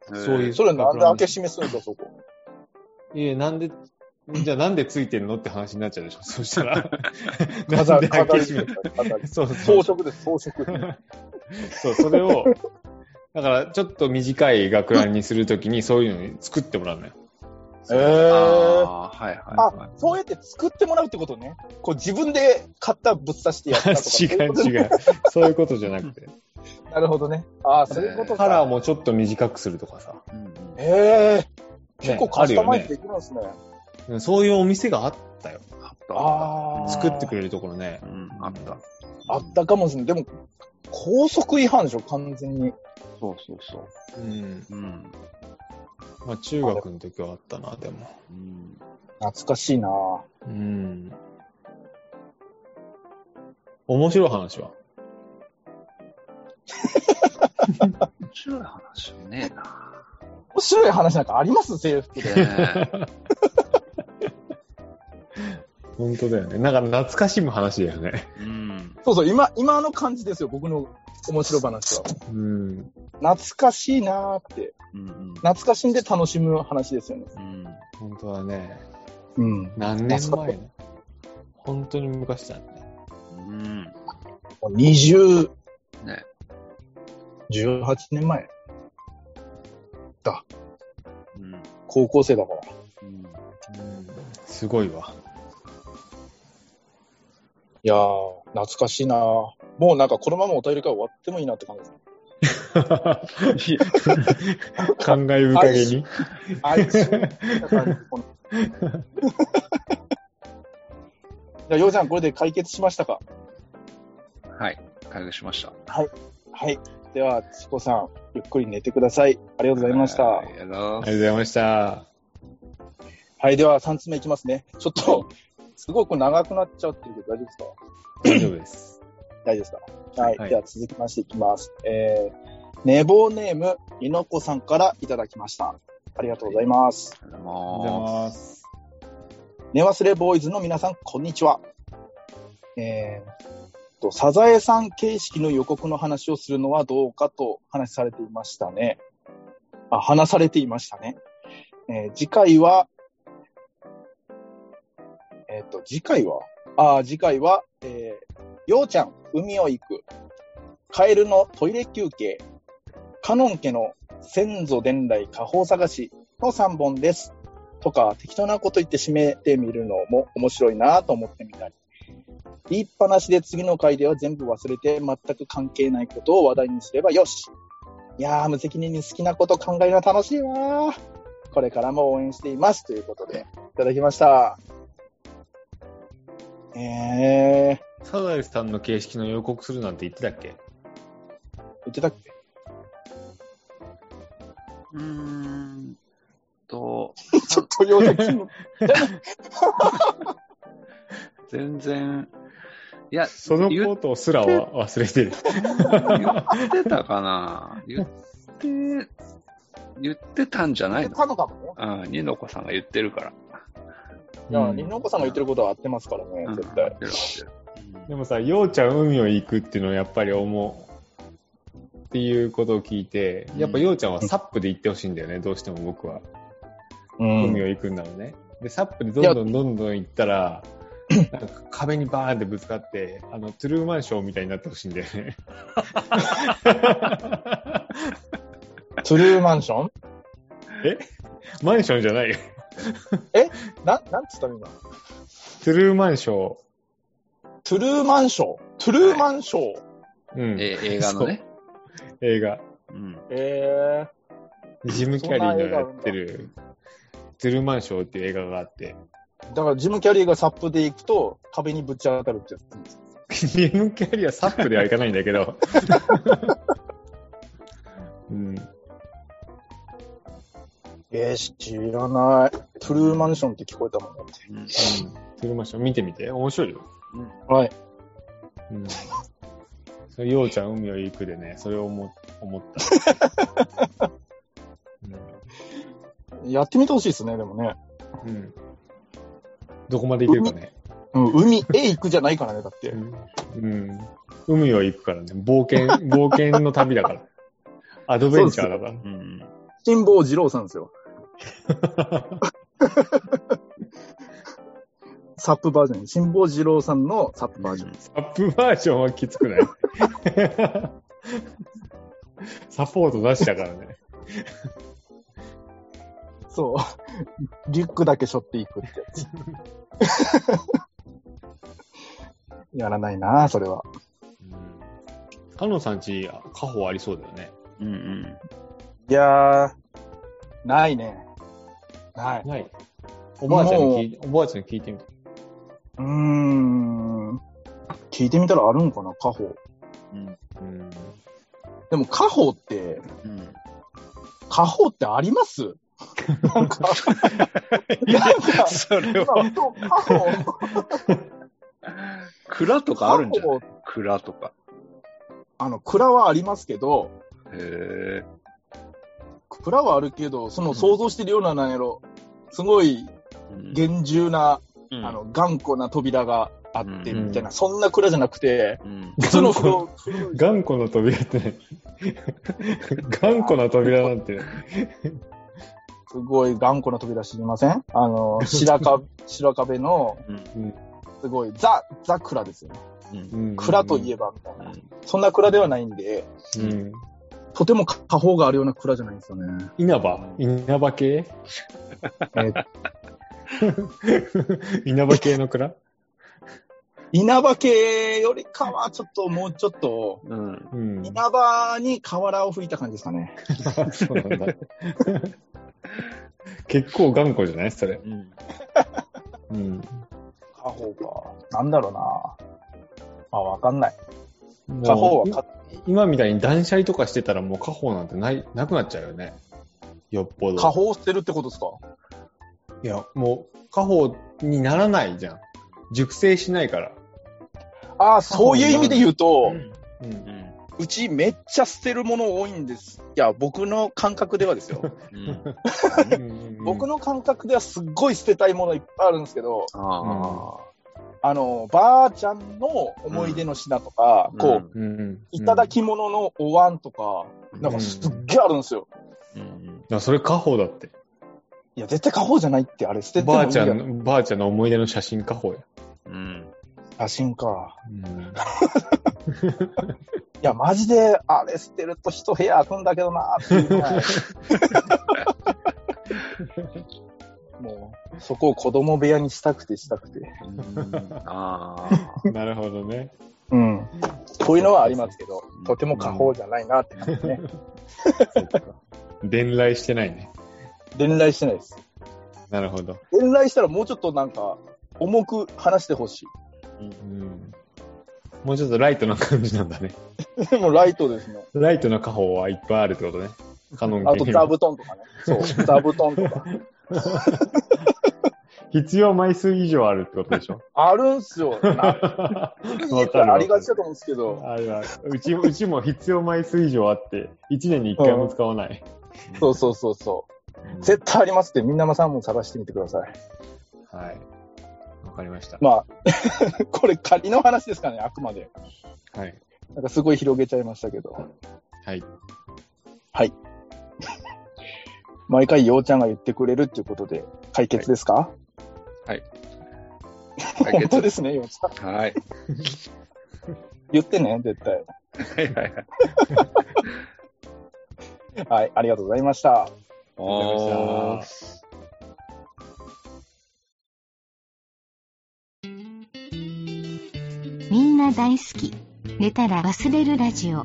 [SPEAKER 5] そういう
[SPEAKER 3] う。それなんで開け閉めするんだ、そこ。
[SPEAKER 5] いや、なんで、じゃあなんでついてるのって話になっちゃうでしょ。そし たら。 な
[SPEAKER 3] 飾
[SPEAKER 5] んで
[SPEAKER 3] り、
[SPEAKER 5] 開
[SPEAKER 3] 飾
[SPEAKER 5] け
[SPEAKER 3] り
[SPEAKER 5] 閉め。、
[SPEAKER 3] 飾り。
[SPEAKER 5] そうそう
[SPEAKER 3] 装。飾です、装飾。
[SPEAKER 5] そう、それを、だからちょっと短い学ランにするときにそういうのに作ってもらうのよ。
[SPEAKER 3] えー。
[SPEAKER 2] あー、はいはい、は
[SPEAKER 3] あ
[SPEAKER 2] い。、
[SPEAKER 3] そうやって作ってもらうってことね。こう自分で買ったぶっ刺してやったとか。
[SPEAKER 5] 違う
[SPEAKER 3] そういう
[SPEAKER 5] 違う。そういうことじゃなくて。
[SPEAKER 3] ことなるほどね。ああ、そういうことか。
[SPEAKER 5] カラーもちょっと短くするとかさ。
[SPEAKER 2] うんうん
[SPEAKER 3] ええ
[SPEAKER 5] ね
[SPEAKER 3] 結構カスタマイズ
[SPEAKER 5] ある
[SPEAKER 3] できますね。
[SPEAKER 5] うんそういうお店があったよ。
[SPEAKER 2] あった
[SPEAKER 3] あー
[SPEAKER 5] 作ってくれるところね
[SPEAKER 2] う。ん、あった。
[SPEAKER 3] あったかもしれない。でも、高速違反でしょ、完全に。
[SPEAKER 2] そうそうそ
[SPEAKER 5] うん。
[SPEAKER 2] う。うん。
[SPEAKER 5] まあ中学の時はあったな、でも。
[SPEAKER 2] うん、
[SPEAKER 3] 懐かしいなぁ
[SPEAKER 5] うん。面白い話は
[SPEAKER 2] 面白い話はねえな。
[SPEAKER 3] 面白い話なんかあります制服で。
[SPEAKER 2] ね
[SPEAKER 5] 本当だよね。なんか懐かしむ話だよね。
[SPEAKER 2] えうん。
[SPEAKER 3] そうそう、今、今の感じですよ、僕の面白い話は。
[SPEAKER 5] うん。
[SPEAKER 3] 懐かしいなぁって。
[SPEAKER 2] うんうん。
[SPEAKER 3] 懐かしんで楽しむ話ですよね。
[SPEAKER 2] うん。
[SPEAKER 5] 本当だね。
[SPEAKER 3] うん。
[SPEAKER 5] 何年前の本当に昔だね。
[SPEAKER 2] うん。ね
[SPEAKER 3] 20、
[SPEAKER 2] え
[SPEAKER 3] 18年前。
[SPEAKER 2] うん。
[SPEAKER 3] 高校生だから。
[SPEAKER 2] うん
[SPEAKER 5] うんすごいわ。
[SPEAKER 3] いやー、懐かしいなーもうなんかこのままお便り会終わってもいいなって感じです。
[SPEAKER 5] 感慨深げに。
[SPEAKER 3] 哀愁な感じ。このじゃあ、ようちゃん、これで解決しましたか
[SPEAKER 2] はい。解決しました。
[SPEAKER 3] はい。では、チコさん、ゆっくり寝てください。ありがとうございました。
[SPEAKER 2] は
[SPEAKER 3] はい
[SPEAKER 2] ありがとう
[SPEAKER 5] あ
[SPEAKER 2] ござ
[SPEAKER 5] りがと
[SPEAKER 2] いう
[SPEAKER 5] ございました。
[SPEAKER 3] い、では、3つ目いきますね。ちょっと、すごく長くなっちゃってるけど、大丈夫ですか
[SPEAKER 5] 大丈夫です。
[SPEAKER 3] 大丈夫ですかはい。
[SPEAKER 5] はい
[SPEAKER 3] では続きましていきます。えー、寝坊ネーム、いのこさんからいただきました。ありがとうございます。
[SPEAKER 2] ます。
[SPEAKER 5] ありがとうございます。
[SPEAKER 3] 寝忘れボーイズの皆さん、こんにちは。えー、と、サザエさん形式の予告の話をするのはどうかと話されていましたね。あ、話されていましたね。えー次回は、えっ、と、次回は、あー、次回は、えー、ようちゃん、海を行く。カエルのトイレ休憩。カノン家の先祖伝来家宝探しの3本です。とか、適当なこと言って締めてみるのも面白いなと思ってみたり。言いっぱなしで次の回では全部忘れて全く関係ないことを話題にすればよし。いやー、無責任に好きなこと考えるの楽しいわー。これからも応援しています。ということで、いただきました。えー、
[SPEAKER 5] サザエさんの形式の予告するなんて言ってたっけ
[SPEAKER 3] 言ってたっけ
[SPEAKER 2] うーんと、
[SPEAKER 3] ちょっと要的に。
[SPEAKER 2] 全然、いや、
[SPEAKER 5] そのことすらは忘れてる。
[SPEAKER 2] 言ってたか な言って、言ってたんじゃな
[SPEAKER 3] 言
[SPEAKER 2] い
[SPEAKER 3] っ
[SPEAKER 2] の
[SPEAKER 3] たのかもね。
[SPEAKER 2] うん、ニノコさんが言ってるから。
[SPEAKER 3] いや、
[SPEAKER 5] うん
[SPEAKER 3] りんのこさんが言ってることは合ってますからね
[SPEAKER 2] う、ん
[SPEAKER 3] 絶対。
[SPEAKER 2] 言ってる言ってる
[SPEAKER 5] でもさ、ようちゃん海を行くっていうのはやっぱり思う。っていうことを聞いて、やっぱようちゃんはサップで行ってほしいんだよね、どうしても僕は。
[SPEAKER 3] う
[SPEAKER 5] 海を行くんだろうね。で、サップでどんどんどんどん行ったら、なんか壁にバーンってぶつかって、あの、トゥルーマンショーみたいになってほしいんだよね。
[SPEAKER 3] トゥルーマンション
[SPEAKER 5] マンションじゃないよ。
[SPEAKER 3] な、なんつったの今。
[SPEAKER 5] トゥルーマンショ
[SPEAKER 3] トゥルーマンション。トゥルーマンション。
[SPEAKER 5] ー。うん。
[SPEAKER 2] え映画のね。
[SPEAKER 5] 映画。
[SPEAKER 2] うん。
[SPEAKER 3] え
[SPEAKER 5] ジム・キャリーのやってる、トゥルーマンショーっていう映画があって、
[SPEAKER 3] ー、だからジム・キャリーがサップで行くと壁にぶち当たるってやつ。
[SPEAKER 5] ジム・キャリーはサップではいかないんだけど、うん、
[SPEAKER 3] えー、知らない。トゥルーマンションって聞こえたもんだって。
[SPEAKER 2] うん
[SPEAKER 5] トゥルーマンショー見てみて、面白いよ。
[SPEAKER 3] はい。
[SPEAKER 5] うん。それ、ようちゃん海を行くでね、それを思思った。
[SPEAKER 3] やってみてほしいですね、でもね。
[SPEAKER 5] うん。うんどこまで行けるかね。
[SPEAKER 3] うん、海へ行くじゃないからね、だって
[SPEAKER 5] う。ん。うん海を行くからね、冒険、冒険の旅だから。アドベンチャーだから。
[SPEAKER 2] うん。
[SPEAKER 3] 辛坊二郎さんです よ。サップバージョン。辛坊二郎さんのサップバージョンです。
[SPEAKER 5] サップバージョンはきつく ないサポートなしだからね。
[SPEAKER 3] そう。 リュックだけ背負っていくってやつ。 やらないなそれは。
[SPEAKER 5] カノンさんち、カホありそうだよね。
[SPEAKER 2] うんうん。
[SPEAKER 3] いやー、ないね。ない。
[SPEAKER 5] ない。おばあちゃんに聞いて、おばあちゃんに聞いてみた。
[SPEAKER 3] うーん。聞いてみたらあるんかな、家宝。
[SPEAKER 2] うん
[SPEAKER 5] うん。
[SPEAKER 3] でも家宝って、
[SPEAKER 2] うん。
[SPEAKER 3] 家宝ってあります な んか、なんか、
[SPEAKER 2] それ
[SPEAKER 3] 今、
[SPEAKER 2] は、
[SPEAKER 3] ふと家宝、
[SPEAKER 2] 蔵とかあるんじゃない蔵とか。
[SPEAKER 3] あの、蔵はありますけど、
[SPEAKER 2] へえ。
[SPEAKER 3] 蔵はあるけど、その想像してるようななんやろ、すごい
[SPEAKER 2] うん
[SPEAKER 3] 厳重な、
[SPEAKER 2] うん
[SPEAKER 3] あの、頑固な扉があって、
[SPEAKER 2] うん
[SPEAKER 3] みたいな、そんな蔵じゃなくて、
[SPEAKER 2] うん。
[SPEAKER 3] 普通の蔵、
[SPEAKER 5] 頑固な扉ってね。頑固な扉なんて。
[SPEAKER 3] すごい頑固な扉知りませんあの、白 壁、白壁の、
[SPEAKER 2] うん
[SPEAKER 3] すごい、ザ、ザ蔵ですよね。
[SPEAKER 2] うん
[SPEAKER 5] うん
[SPEAKER 3] 蔵といえばみたいな。
[SPEAKER 2] う
[SPEAKER 3] そんな蔵ではないんで、
[SPEAKER 5] うんうん
[SPEAKER 3] とても家宝があるような蔵じゃないんですよね。
[SPEAKER 5] 稲葉稲葉系
[SPEAKER 3] えー
[SPEAKER 5] 稲葉系の蔵
[SPEAKER 3] 稲葉系よりかは、ちょっともうちょっと、
[SPEAKER 2] ん。うん。
[SPEAKER 5] うん。
[SPEAKER 3] 稲葉に瓦を吹いた感じですかね。
[SPEAKER 5] そうな んだ。結構頑固じゃないそれ。
[SPEAKER 2] うん。
[SPEAKER 5] うん。
[SPEAKER 3] 家宝か。なんだろうな。あ、わかんない。家宝は買っ
[SPEAKER 5] 今みたいに断捨離とかしてたらもう家宝なんてない、なくなっちゃうよね。よっぽど。
[SPEAKER 3] 家宝を捨てるってことですか
[SPEAKER 5] いや、もう家宝にならないじゃん。熟成しないから。
[SPEAKER 3] ああ、そういう意味で言うと、
[SPEAKER 5] う。
[SPEAKER 2] うんん。
[SPEAKER 3] うちめっちゃ捨てるもの多いんです。いや、僕の感覚ではですよ。
[SPEAKER 2] うん。
[SPEAKER 3] 僕の感覚ではすっごい捨てたいものいっぱいあるんですけど、
[SPEAKER 2] あ
[SPEAKER 3] あの、ばあちゃんの思い出の品とか、
[SPEAKER 2] あ。
[SPEAKER 3] こう、
[SPEAKER 5] うん。
[SPEAKER 3] いただき物のお椀とか、
[SPEAKER 2] うん
[SPEAKER 3] なんかすっげえあるんですよ。
[SPEAKER 2] うん。うん。
[SPEAKER 5] いや、それ家宝だって。
[SPEAKER 3] いや、絶対買おうじゃないって、あれ捨てても
[SPEAKER 5] ば
[SPEAKER 3] い
[SPEAKER 5] あ
[SPEAKER 3] い
[SPEAKER 5] ち
[SPEAKER 3] や
[SPEAKER 5] ゃんの、ばあちゃんの思い出の写真家宝や。
[SPEAKER 2] うん。
[SPEAKER 3] 写真か。
[SPEAKER 5] うん。
[SPEAKER 3] いや、マジで、あれ捨てると一部屋空くんだけどなーっていうぐらいもう、そこを子供部屋にしたくてしたくて。
[SPEAKER 2] あ
[SPEAKER 5] なるほどね。
[SPEAKER 3] うん。こういうのはありますけど、とても家宝じゃないなって感じね。
[SPEAKER 2] あ。
[SPEAKER 5] そうか伝来してないね。
[SPEAKER 3] 伝来してないです。
[SPEAKER 5] なるほど。
[SPEAKER 3] 伝来したらもうちょっとなんか、重く話してほし
[SPEAKER 5] うん。もうちょっとライトな感じなんだね。
[SPEAKER 3] い。 もうライトですね。
[SPEAKER 5] ライトな家宝はいっぱいあるってことね。カノン
[SPEAKER 3] あと
[SPEAKER 5] 系
[SPEAKER 3] 座布団とかね。そう、座布団とか。
[SPEAKER 5] 必要枚数以上あるってことでしょ。
[SPEAKER 3] あるんすよ。な
[SPEAKER 5] わ
[SPEAKER 3] ありがちだと思うんですけど、
[SPEAKER 5] あるあるうちも、うちも必要枚数以上あって、1年に1回も使わない。
[SPEAKER 3] そうそうそうそう。絶対ありますって、みんなもさんも探してみてください。
[SPEAKER 5] はい。わかりました。
[SPEAKER 3] まあ、 これ仮の話ですからね、あくまで。
[SPEAKER 5] はい。
[SPEAKER 3] なんかすごい広げちゃいましたけど。
[SPEAKER 5] はい。
[SPEAKER 3] 毎回、ようちゃんが言ってくれるっていうことで、解決ですか、
[SPEAKER 2] 解
[SPEAKER 3] 本当
[SPEAKER 2] 決
[SPEAKER 3] ですね、ようちゃん。
[SPEAKER 2] はい。
[SPEAKER 3] 言ってね、絶対。
[SPEAKER 2] はいはいはい。
[SPEAKER 3] はい、ありがとうございました。
[SPEAKER 2] おー
[SPEAKER 6] みんな大好き。寝たら忘れるラジオ。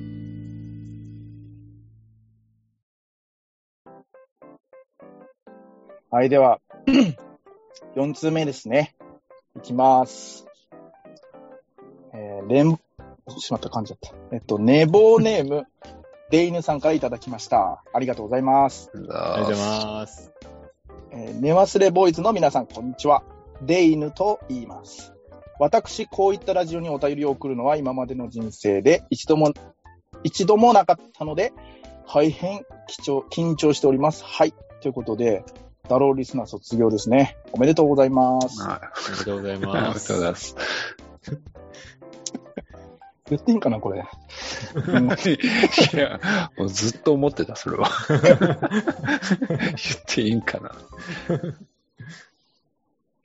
[SPEAKER 3] はい、では、4通目ですね。いきます。えー、レン、しまった、噛んじゃった。えっと、寝坊ネーム、デイヌさんからいただきました。ありがとうございます。
[SPEAKER 2] あり
[SPEAKER 5] ありが
[SPEAKER 2] がとう
[SPEAKER 5] とうご
[SPEAKER 2] ご
[SPEAKER 5] ざ
[SPEAKER 2] ざい
[SPEAKER 5] います。
[SPEAKER 3] えー寝忘れボーイズの皆さん、こんにちは。デイヌと言います。私、こういったラジオにお便りを送るのは今までの人生で一度も、一度もなかったので、大変貴重緊張しております。はい。ということで、ダローリスナー卒業ですね。おめでとうございます。
[SPEAKER 2] ま
[SPEAKER 5] ありがとうござい
[SPEAKER 2] す。はい。ありが
[SPEAKER 5] ま
[SPEAKER 2] とうござい
[SPEAKER 5] す。
[SPEAKER 2] ます。
[SPEAKER 3] 言っていいんかな、これ。
[SPEAKER 2] いや、もうずっと思ってた、それ は。言っていいんかな。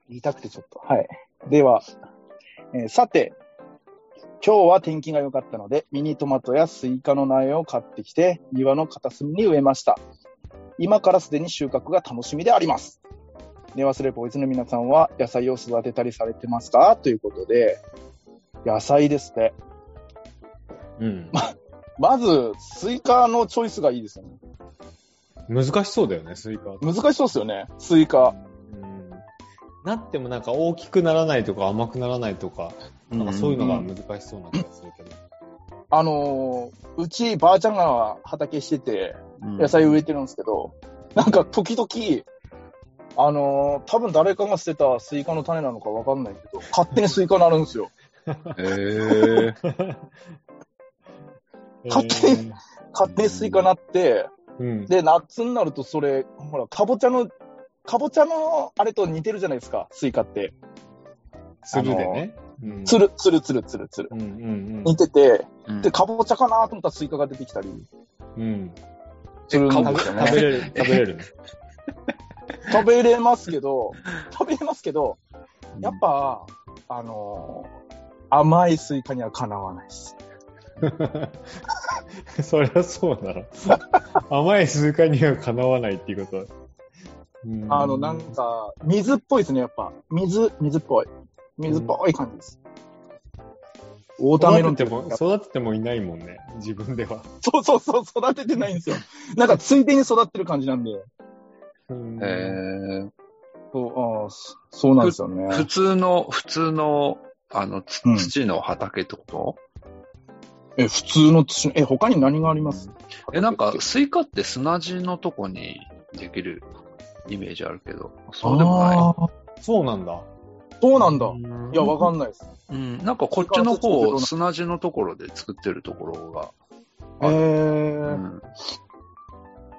[SPEAKER 3] 言いたくてちょっと。はい。では、えーさて、今日は天気が良かったので、ミニトマトやスイカの苗を買ってきて、庭の片隅に植えました。今からすでに収穫が楽しみであります。寝忘れボーイズの皆さんは野菜を育てたりされてますかということで、野菜ですね。
[SPEAKER 5] うん。
[SPEAKER 3] まず、スイカのチョイスがいいですよね。
[SPEAKER 5] 難しそうだよね、スイカ。
[SPEAKER 3] 難しそうですよね、スイカ。
[SPEAKER 5] うん。なってもなんか大きくならないとか甘くならないとか、なんかそういうのが難しそうな気がするけど。
[SPEAKER 3] あのーうちばあちゃんが畑してて、野菜植えてるんですけど、なんか時々、あのー多分誰かが捨てたスイカの種なのかわかんないけど、勝手にスイカになるん ですよ。
[SPEAKER 2] えー、
[SPEAKER 3] 勝手に勝手にスイカになって、
[SPEAKER 5] うん。
[SPEAKER 3] で、夏になるとそれ、ほら、かぼちゃの、かぼちゃのあれと似てるじゃないですか、スイカって。
[SPEAKER 5] つるでね。うん
[SPEAKER 3] つる、つるつるつるつる。
[SPEAKER 5] うんうん
[SPEAKER 3] 似てて、
[SPEAKER 2] うん
[SPEAKER 3] で、かぼちゃかなと思ったらスイカが出てきたり
[SPEAKER 5] うん。うん。
[SPEAKER 3] するん
[SPEAKER 2] えかぼ
[SPEAKER 3] です
[SPEAKER 2] ち
[SPEAKER 3] よ
[SPEAKER 2] ゃ
[SPEAKER 5] 食べ
[SPEAKER 3] ね。
[SPEAKER 5] れる、食べれるね。
[SPEAKER 3] 食べれますけ ど、食べれますけど、やっぱ、あのー甘いスイカにはかなわないです。
[SPEAKER 5] そりゃそうだろ。甘いスイカにはかなわないっていうことは。うん
[SPEAKER 3] あの、なんか、水っぽいですね、やっぱ。水、水っぽい。水っぽい感じです。オータメロン
[SPEAKER 5] 育
[SPEAKER 3] ってて
[SPEAKER 5] ても、育ててもいないもんね、自分では。
[SPEAKER 3] そうそうそう、育ててないんですよ。 なんか、ついでに育ってる感じなんで。
[SPEAKER 5] うん
[SPEAKER 2] えー
[SPEAKER 3] そう、ああ、そそうなんですよね。
[SPEAKER 2] 普通の、普通の、あの、つ
[SPEAKER 3] うん
[SPEAKER 2] 土の畑ってこと、
[SPEAKER 3] え、普通の土の、え、他に何があります
[SPEAKER 2] え、なんか、スイカって砂地のとこにできるイメージあるけど、そうでもない。
[SPEAKER 3] ああ
[SPEAKER 5] そうなんだ。
[SPEAKER 3] そうなんだ。
[SPEAKER 5] うん
[SPEAKER 3] いや、わかんないです。
[SPEAKER 2] うん、なんかこっちの方、
[SPEAKER 3] ス
[SPEAKER 2] 砂地のところで作ってるところが。
[SPEAKER 3] え
[SPEAKER 2] あるう
[SPEAKER 3] ー。
[SPEAKER 2] ん、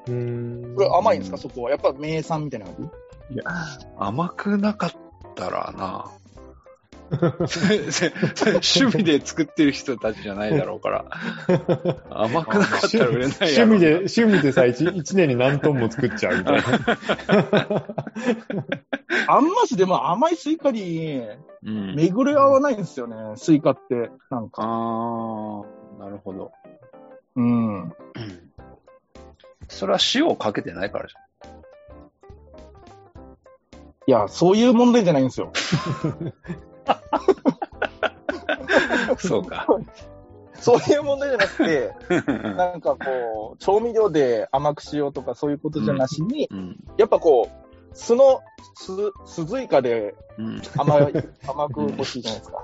[SPEAKER 5] うん
[SPEAKER 3] これ甘いんですか、そこは。やっぱ名産みたいな感
[SPEAKER 2] 甘くなかったら な。趣味で作ってる人たちじゃないだろうから。甘くなかったら売れない
[SPEAKER 5] 趣
[SPEAKER 2] やろうな
[SPEAKER 5] 味で、趣味でさ、1, 年に何トンも作っちゃうみ たい
[SPEAKER 3] じあんまし、でも甘いスイカに
[SPEAKER 2] うん。
[SPEAKER 3] 巡り合わないんですよね、スイカって。なんか。
[SPEAKER 2] あー、なるほど。
[SPEAKER 3] うん。
[SPEAKER 2] それは塩をかけてないからじ
[SPEAKER 3] いや、そういう問題じゃないんですよ。
[SPEAKER 2] ゃん。そうか。
[SPEAKER 3] そういう問題じゃなくて、なんかこう、調味料で甘くしようとかそういうことじゃなしに、
[SPEAKER 2] うん。
[SPEAKER 3] やっぱこう、酢の、酢、酢イカで
[SPEAKER 2] うん。
[SPEAKER 3] 甘い、 甘く欲しいじゃないです か。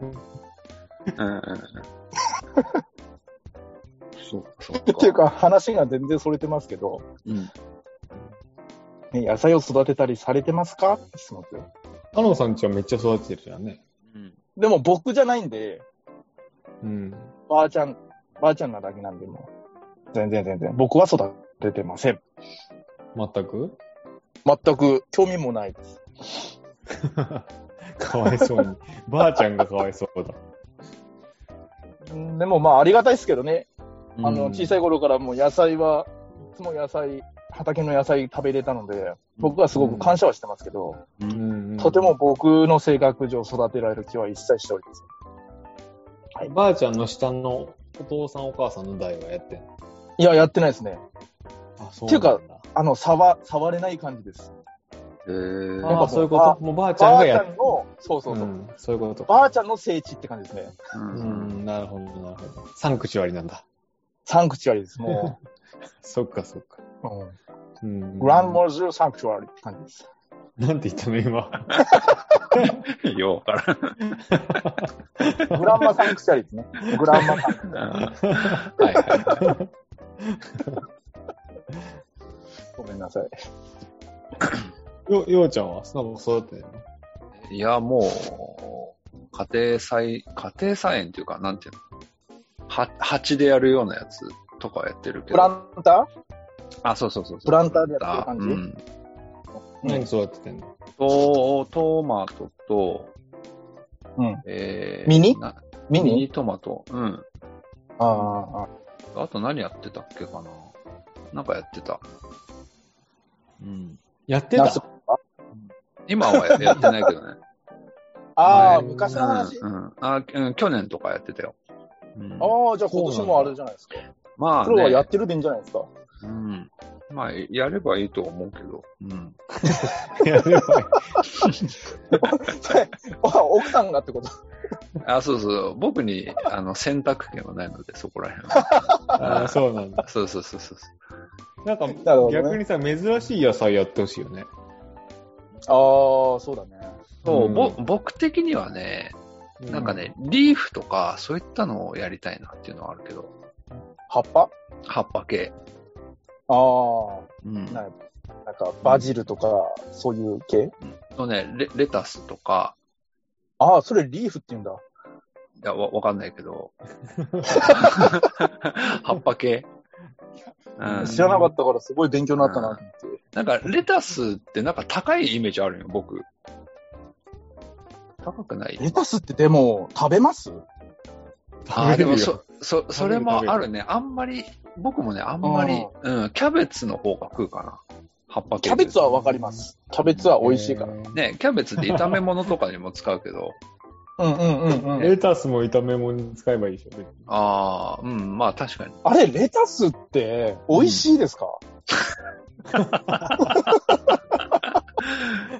[SPEAKER 2] うん。そうか、そうか。
[SPEAKER 3] っていうか、話が全然それてますけど、
[SPEAKER 2] うん。
[SPEAKER 3] ね、野菜を育てたりされてますかって質問ですよ。
[SPEAKER 5] カノンさんちはめっちゃ育ててるじゃんね。
[SPEAKER 2] うん。
[SPEAKER 3] でも僕じゃないんで、
[SPEAKER 5] うん。
[SPEAKER 3] ばあちゃん、ばあちゃんなだけなんで、もう全然全然。僕は育ててません。
[SPEAKER 5] 全く
[SPEAKER 3] 全く興味もないです。
[SPEAKER 5] かわいそうに。ばあちゃんがかわいそうだ。
[SPEAKER 3] うんでもまあ、ありがたいですけどね。あ
[SPEAKER 5] う
[SPEAKER 3] の、
[SPEAKER 5] ん
[SPEAKER 3] 小さい頃からもう野菜は、いつも野菜、畑の野菜食べれたので、僕はすごく感謝はしてますけど、
[SPEAKER 5] うんうん
[SPEAKER 3] とても。僕の性格上育てられる気は一切しておりません。
[SPEAKER 5] ばあちゃんの下のお父さんお母さんの代はやってんの
[SPEAKER 3] いや、やってないですね。
[SPEAKER 5] あ、そう
[SPEAKER 3] ていうか
[SPEAKER 5] なんだ。
[SPEAKER 3] あの、触、触れない感じです。
[SPEAKER 2] えー、
[SPEAKER 5] やっぱそういうこ
[SPEAKER 3] あ
[SPEAKER 5] ともうばあちゃん
[SPEAKER 3] ばあ
[SPEAKER 5] が
[SPEAKER 3] ち
[SPEAKER 5] や
[SPEAKER 3] ゃ
[SPEAKER 5] って
[SPEAKER 3] んの、そうそうそう。
[SPEAKER 5] んそういうこと
[SPEAKER 3] ばあちゃんの聖地って感じですね。
[SPEAKER 2] う。
[SPEAKER 5] うんん、なるほど、なるほど。三口割りなんだ。
[SPEAKER 3] サンクチュアリです、も
[SPEAKER 5] そっか、そっか。
[SPEAKER 3] う。うん
[SPEAKER 5] うん。
[SPEAKER 3] グランドモジュサンクチュアリって感じです。
[SPEAKER 5] なんて言ったの、今。
[SPEAKER 2] ようわからん。
[SPEAKER 3] グランマサンクチュアリですね。グランマサンクチュアリ。
[SPEAKER 2] はいは
[SPEAKER 3] ごめんなさい。
[SPEAKER 5] よ、ようちゃんはスナボ育ててるの
[SPEAKER 2] い。いや、もう、家庭菜、家庭菜園っていうか、なんていうのは、鉢でやるようなやつとかはやってるけど。
[SPEAKER 3] プランタ
[SPEAKER 2] あ、そうそうそうそう。
[SPEAKER 3] プランターでやってる感じ
[SPEAKER 2] うん
[SPEAKER 3] ー
[SPEAKER 5] 何育ててんの
[SPEAKER 2] と、トマトと、
[SPEAKER 3] うん
[SPEAKER 2] えー、
[SPEAKER 3] ミニ
[SPEAKER 2] な
[SPEAKER 3] ミ
[SPEAKER 2] ミ
[SPEAKER 3] ニ
[SPEAKER 2] ニトマト。うん。
[SPEAKER 3] ああ、あ
[SPEAKER 2] あと何やってたっけかななんかやってた。うん。
[SPEAKER 5] やって
[SPEAKER 3] あ。
[SPEAKER 5] た
[SPEAKER 3] ナス
[SPEAKER 2] 今はややってないけ どね。
[SPEAKER 3] ああ、
[SPEAKER 5] 前
[SPEAKER 3] 昔
[SPEAKER 2] う
[SPEAKER 3] の話。
[SPEAKER 2] ん。うん。あ、うん去年とかやってたよ。うん、
[SPEAKER 3] ああ、じゃあ今年もあれじゃないですか。
[SPEAKER 2] まあ
[SPEAKER 3] プロはや
[SPEAKER 2] ね
[SPEAKER 3] っ。てるでいいんじゃないですか。
[SPEAKER 2] うん。まあ、やればいいと思うけど。うん。
[SPEAKER 5] やればいい
[SPEAKER 3] それあ奥さんがってこと。
[SPEAKER 2] あ、そうそう。僕に、あの、選択権はないので、そこら辺 は。
[SPEAKER 5] あーそうなんだ。
[SPEAKER 2] そうそうそうそう。
[SPEAKER 5] なんか、
[SPEAKER 3] なるほどね
[SPEAKER 5] 逆にさ、珍しい野菜やってほしいよね。
[SPEAKER 3] ああ、そうだね。
[SPEAKER 2] そう、
[SPEAKER 5] うん
[SPEAKER 2] ぼ僕的にはね、なんかね、リーフとか、そういったのをやりたいなっていうのはあるけど、
[SPEAKER 3] 葉っぱ
[SPEAKER 2] 葉っぱ系。
[SPEAKER 3] あ
[SPEAKER 2] うん
[SPEAKER 3] あ、。なんかなんかバジルとか、そういう系
[SPEAKER 2] とねレ、レタスとか、
[SPEAKER 3] ああ、それリーフって言うんだ。
[SPEAKER 2] いや、わわかんないけ ど、葉っぱ系。うん、
[SPEAKER 3] 知らなかったからすごい勉強になったなと思って。
[SPEAKER 2] なんか、レタスってなんか高いイメージあるよ、僕。高くない
[SPEAKER 3] レタスってでも、食べます
[SPEAKER 2] あー
[SPEAKER 5] 食
[SPEAKER 2] で
[SPEAKER 5] べれるよ
[SPEAKER 2] もそ、そ、それもあるね。あんまり、僕もね、あんまり、うん、キャベツの方が食うかな。葉っぱ系。
[SPEAKER 3] キャベツはわかります。キャベツは美味しいから。
[SPEAKER 5] ら。
[SPEAKER 2] ね、キャベツって炒め物とかにも使うけど、
[SPEAKER 3] うんうんうんうん。
[SPEAKER 5] レタスも炒め物に使えばいいでしょ、別に
[SPEAKER 2] ああ、うん、まあ確かに。
[SPEAKER 3] あれ、レタスって美味しいですか、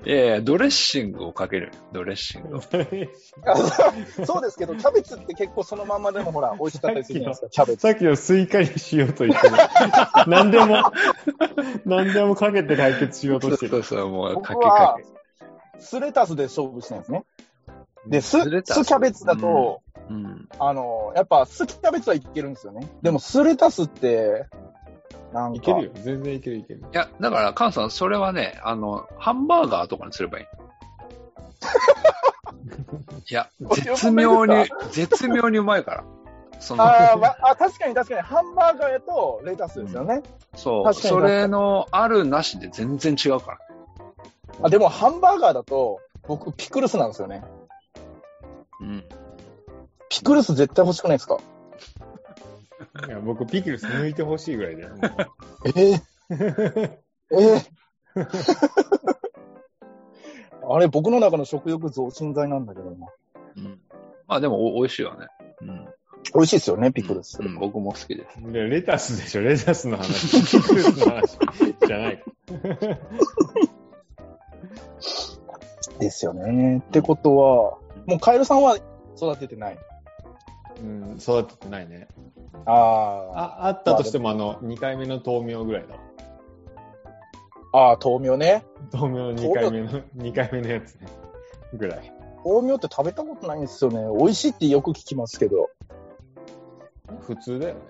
[SPEAKER 2] いやいや、ドレッシングをかける。ドレッシングを。
[SPEAKER 3] そうですけど、キャベツって結構そのままでもほら、美味しかったりするじゃないですか、キャベツ。
[SPEAKER 5] さっきのスイカにしようと言 ってる何でも、何でもかけて解決しようとして
[SPEAKER 2] そう
[SPEAKER 5] る。
[SPEAKER 2] そう、もう、かけ
[SPEAKER 3] 僕
[SPEAKER 2] か
[SPEAKER 3] は
[SPEAKER 2] け。、
[SPEAKER 3] 酢レタスで勝負してるんですね。で、酢、
[SPEAKER 2] 酢
[SPEAKER 3] 酢
[SPEAKER 2] レタ
[SPEAKER 3] キ
[SPEAKER 2] ス
[SPEAKER 3] ャベツだと、
[SPEAKER 2] うん。
[SPEAKER 3] あの、やっぱ酢キャベツはいけるんですよね。でも酢レタスって、なんか。
[SPEAKER 5] いけるよ。全然いけるいける。
[SPEAKER 2] いや、だから、カンさん、それはね、あの、ハンバーガーとかにすれ ばいい。いや、絶妙に、絶妙にうまいから。その、
[SPEAKER 3] あー、まあ、確かに確かに、ハンバーガーやとレタスですよね。
[SPEAKER 2] そう、
[SPEAKER 3] 確かに
[SPEAKER 2] それのあるなしで全然違うから。
[SPEAKER 3] あでも、ハンバーガーだと、僕、ピクルスなんですよね。
[SPEAKER 2] うん。
[SPEAKER 3] ピクルス絶対欲しくないですか
[SPEAKER 5] いや僕、ピクルス抜いてほしいぐらいだよ。もう
[SPEAKER 3] えー、 えーあれ、僕の中の食欲増進剤なんだけどな。
[SPEAKER 2] うん、まあ、でもお、美味しいよね。うん。
[SPEAKER 3] 美味しいですよね、ピクルス。
[SPEAKER 2] うん、僕も好きです。
[SPEAKER 5] でレタスでしょ、レタスの 話。ピクルスの話じゃない。
[SPEAKER 3] ですよね。ってことは、もうカエルさんは育ててない。
[SPEAKER 5] うん、育ててないね。
[SPEAKER 3] あ
[SPEAKER 5] あ、あったとしても、あの、2回目の豆苗ぐらいだ。
[SPEAKER 3] あ、ああ、豆苗ね。
[SPEAKER 5] 豆苗2回目の、二回目のやつね。ぐらい。
[SPEAKER 3] 豆苗って食べたことないんですよね。美味しいってよく聞きますけど。
[SPEAKER 5] 普通だよね。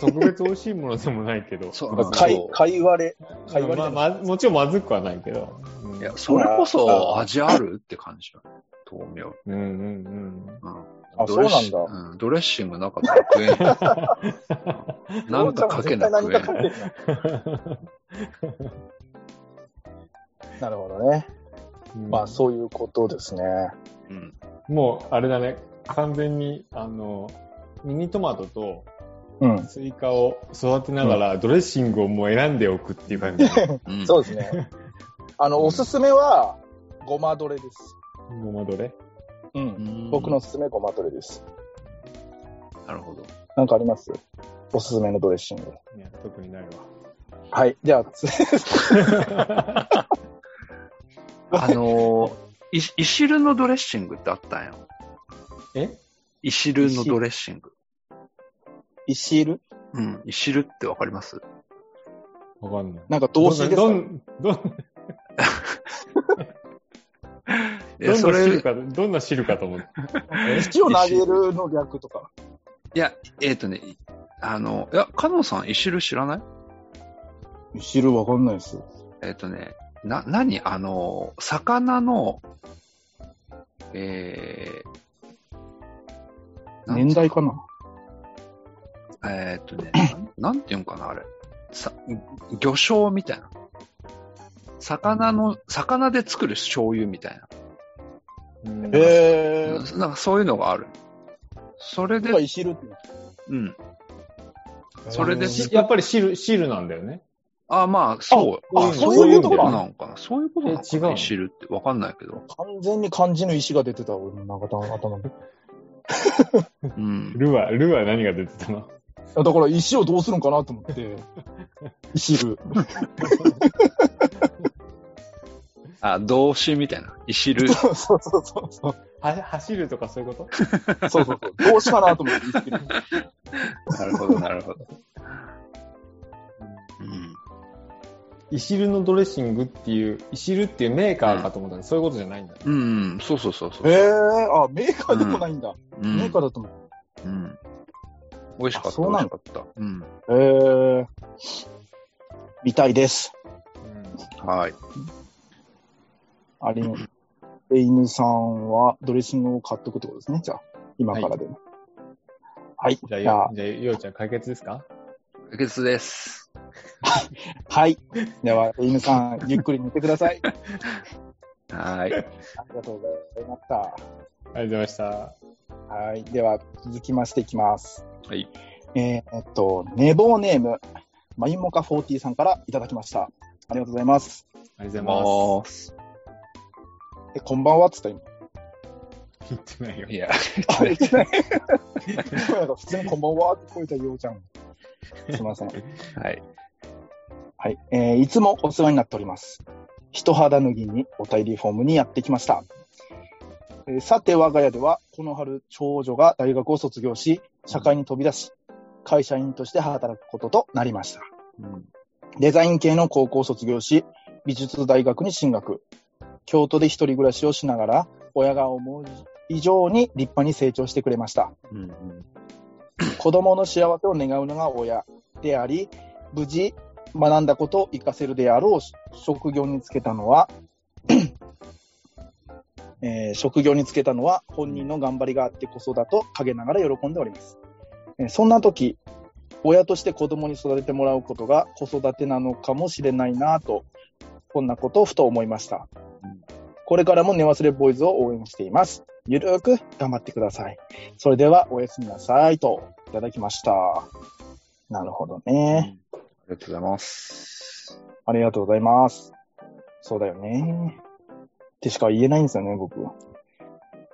[SPEAKER 5] 特別美味しいものでもないけど。
[SPEAKER 2] そう
[SPEAKER 3] か貝
[SPEAKER 2] そう
[SPEAKER 3] 貝割れ。
[SPEAKER 5] まあ
[SPEAKER 3] 会話になる
[SPEAKER 5] まあもちろんまずくはないけど。うん
[SPEAKER 2] いや、それこそ味あるって感じだね。豆苗。
[SPEAKER 5] うんうん
[SPEAKER 2] うん。
[SPEAKER 3] あ
[SPEAKER 2] ドレッシ
[SPEAKER 3] そうな
[SPEAKER 2] うん。ドレッシングなかったら食えない。 なんかかけなくえ
[SPEAKER 3] 絶対何かか
[SPEAKER 2] ない。
[SPEAKER 3] けてんな。なるほどね。
[SPEAKER 5] うん。
[SPEAKER 3] まあ、そういうことですね。
[SPEAKER 2] うん。
[SPEAKER 5] もう、あれだね。完全に、あの、ミニトマトと
[SPEAKER 3] うん。
[SPEAKER 5] スイカを育てながら、ドレッシングをもう選んでおくっていう感 じ。
[SPEAKER 2] うん
[SPEAKER 3] そうですね。あの、おすすめは、ごまどれです。
[SPEAKER 5] ごまどれ
[SPEAKER 3] うん。
[SPEAKER 2] うん
[SPEAKER 3] 僕のおすすめごまどれです。
[SPEAKER 2] なるほど。
[SPEAKER 3] なんかありますおすすめのドレッシング。
[SPEAKER 5] いや、特にないわ。
[SPEAKER 3] はい。じゃあ、つ
[SPEAKER 2] あのー、いいしるのドレッシングってあったんよ。
[SPEAKER 5] え
[SPEAKER 2] いしるのドレッシング。
[SPEAKER 3] 石いる
[SPEAKER 2] うん。いしるってわかります
[SPEAKER 5] わかんない。
[SPEAKER 3] なんか動詞ですか
[SPEAKER 5] どん、どん、
[SPEAKER 2] い
[SPEAKER 5] ど
[SPEAKER 2] や
[SPEAKER 5] ん
[SPEAKER 2] そ
[SPEAKER 5] な
[SPEAKER 2] れ
[SPEAKER 5] 汁、か、どんな汁かと思って。
[SPEAKER 3] 石を投げるの略とか。
[SPEAKER 2] いや、えっ、とね、いあの、いや、カノンさん、いしる知らない
[SPEAKER 3] 石るわかんないです。
[SPEAKER 2] えっ、とね、な、何あの、魚の、えー、なん
[SPEAKER 3] 年代かな
[SPEAKER 2] えーっとね、 なんなんていうんかな、あれ。さ、魚醤みたいな。魚の、魚で作る醤油みたいな。
[SPEAKER 5] うん
[SPEAKER 3] へー。
[SPEAKER 2] なんかそういうのがある。それで
[SPEAKER 3] なんか、石るって言うんです
[SPEAKER 2] うん。それで
[SPEAKER 5] しやっぱり汁、汁なんだよね。
[SPEAKER 2] あ、まあ、そう。
[SPEAKER 3] あ
[SPEAKER 5] そういう
[SPEAKER 2] こと
[SPEAKER 5] こ
[SPEAKER 2] な
[SPEAKER 5] と
[SPEAKER 2] のかな。そういうことなのか
[SPEAKER 5] え違う
[SPEAKER 2] な。
[SPEAKER 5] の
[SPEAKER 2] いしるって。わかんないけ ど。
[SPEAKER 3] 完全に漢字の石が出てた、俺の中頭頭に。
[SPEAKER 2] うん。
[SPEAKER 5] ルは、ルは何が出てたの
[SPEAKER 3] だから石をどうするんかなと思って、石る。
[SPEAKER 2] あ、動詞みたいな。いし る。
[SPEAKER 3] そうそうそうそう。そう
[SPEAKER 5] は、走るとかそういうこと
[SPEAKER 3] そうそう。どうしかなと思って、石る。
[SPEAKER 2] なるほど、なるほど。うん。
[SPEAKER 5] イシルのドレッシングっていう、イシルっていうメーカーかと思ったら、そういうことじゃないんだ。
[SPEAKER 2] うん、そうそうそうそう。
[SPEAKER 3] えー、あ、メーカーでもないんだ。
[SPEAKER 2] うん
[SPEAKER 3] メーカーだと思う。
[SPEAKER 2] うん。美味しか
[SPEAKER 3] あ
[SPEAKER 2] った、
[SPEAKER 3] そう
[SPEAKER 2] 美
[SPEAKER 3] な
[SPEAKER 2] 味
[SPEAKER 3] ん
[SPEAKER 2] しかった。うん。
[SPEAKER 3] えー、見たいです。
[SPEAKER 2] はい。
[SPEAKER 3] あります。で、犬さんはドレッシングを買っとくってことですね、じゃあ。今からでも。はい。
[SPEAKER 5] じゃあ、
[SPEAKER 3] じゃ
[SPEAKER 5] よ、じゃあ、ようちゃん解決ですか
[SPEAKER 2] 解決です。
[SPEAKER 3] あはい。では、犬さん、ゆっくり寝てください。あ
[SPEAKER 2] はい。
[SPEAKER 3] りがとうございました。
[SPEAKER 5] ありがとうございました。
[SPEAKER 3] はい。では、続きましていきます。
[SPEAKER 2] はい。
[SPEAKER 3] えーっと、寝坊ネーム、マイモカ40さんからいただきました。ありがとうございます。
[SPEAKER 5] ありがとうご
[SPEAKER 2] もうす。
[SPEAKER 3] え、こんばんはっつった今。
[SPEAKER 5] ざいます。言ってないよ。
[SPEAKER 2] いや、
[SPEAKER 3] あ言って ないなんか普通にこんばんはって聞こえたようちゃん。すいません。
[SPEAKER 2] はい。
[SPEAKER 3] はい、えーいつもお世話になっております。人肌脱ぎにお便りフォームにやってきました。えーさて、我が家では、この春、長女が大学を卒業し、社会に飛び出し、会社員として働くこととなりました。
[SPEAKER 2] うん。
[SPEAKER 3] デザイン系の高校を卒業し、美術大学に進学。京都で一人暮らしをしながら、親が思う以上に立派に成長してくれました。
[SPEAKER 2] うん。
[SPEAKER 3] 子供の幸せを願うのが親であり、無事学んだことを活かせるであろう職業につけたのは、えー職業につけたのは本人の頑張りがあってこそだと陰ながら喜んでおります。えーそんな時、親として子供に育ててもらうことが子育てなのかもしれないなぁと、こんなことをふと思いました
[SPEAKER 2] うん。
[SPEAKER 3] これからも寝忘れボーイズを応援しています。ゆるーく頑張ってください。それではおやすみなさいといただきました。なるほど
[SPEAKER 2] あ
[SPEAKER 3] ね。
[SPEAKER 2] りがとうございます。
[SPEAKER 3] ありがとうございます。そうだよね。ってしか言えないんですよね、僕。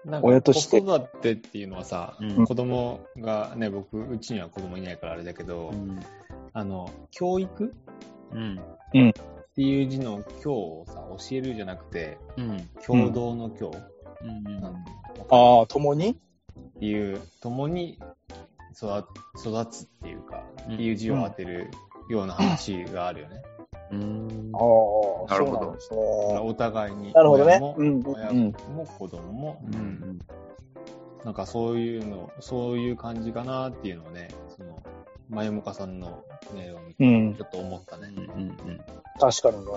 [SPEAKER 5] なん
[SPEAKER 3] 親
[SPEAKER 5] か
[SPEAKER 3] として
[SPEAKER 5] 子育てっていうのはさ、
[SPEAKER 2] うん
[SPEAKER 5] 子供がね、僕、うちには子供いないからあれだけど、
[SPEAKER 2] ん。
[SPEAKER 5] あの、教育
[SPEAKER 2] うん。
[SPEAKER 5] っていう字の教をさ、教えるじゃなくて、
[SPEAKER 2] うん。
[SPEAKER 5] 共同の教、
[SPEAKER 2] うん
[SPEAKER 5] なんていうの
[SPEAKER 3] ああ、共に
[SPEAKER 5] っていう、共に育育つっていうか、
[SPEAKER 2] うん
[SPEAKER 5] っていう字を当てるような話があるよね。
[SPEAKER 2] うん
[SPEAKER 3] ああ、
[SPEAKER 2] なるほど
[SPEAKER 3] そうなんですね。
[SPEAKER 5] お互いに。
[SPEAKER 3] なるほどね
[SPEAKER 5] 親も
[SPEAKER 3] うんうん
[SPEAKER 5] 親も子供も、
[SPEAKER 2] うん
[SPEAKER 5] なんかそういうの、そういう感じかなっていうのをね、その、まゆもかさんのね、
[SPEAKER 3] うん
[SPEAKER 5] ちょっと思った
[SPEAKER 2] う
[SPEAKER 5] ね
[SPEAKER 2] ん。うん
[SPEAKER 3] 確かにね。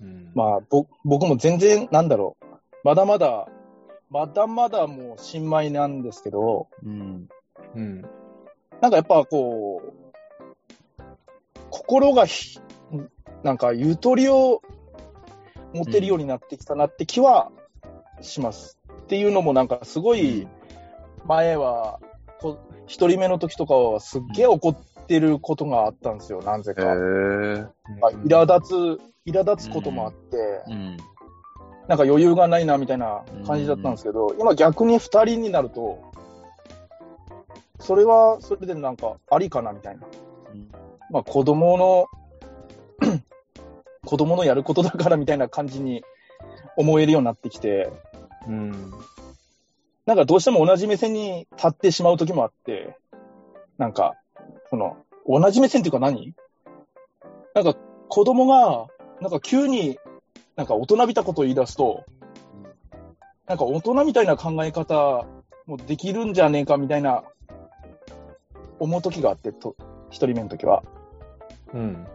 [SPEAKER 5] うん。
[SPEAKER 3] まあ、ぼ、僕も全然、なんだろう。まだまだ、まだまだもう新米なんですけど、
[SPEAKER 2] うん
[SPEAKER 5] うん。
[SPEAKER 3] なんかやっぱこう、心がひ、なんかゆとりを持てるようになってきたなって気はします。っていうのもなんかすごい前は、こ一人目の時とかはすっげえ怒ってることがあったんですよ、なぜ
[SPEAKER 2] へ
[SPEAKER 3] か。
[SPEAKER 2] え
[SPEAKER 3] あ苛立つ、苛立つこともあって、
[SPEAKER 2] うん
[SPEAKER 3] なんか余裕がないなみたいな感じだったんですけど、今逆に二人になると、それはそれでなんかありかなみたいな。まあ子供の、 子供のやることだからみたいな感じに思えるようになってきて、
[SPEAKER 5] うん。
[SPEAKER 3] なんかどうしても同じ目線に立ってしまう時もあって、なんか、その、同じ目線っていうか何なんか子供が、なんか急になんか大人びたことを言い出すと、なんか大人みたいな考え方もできるんじゃねえかみたいな思う時があって、と、一人目の時は。
[SPEAKER 5] うん。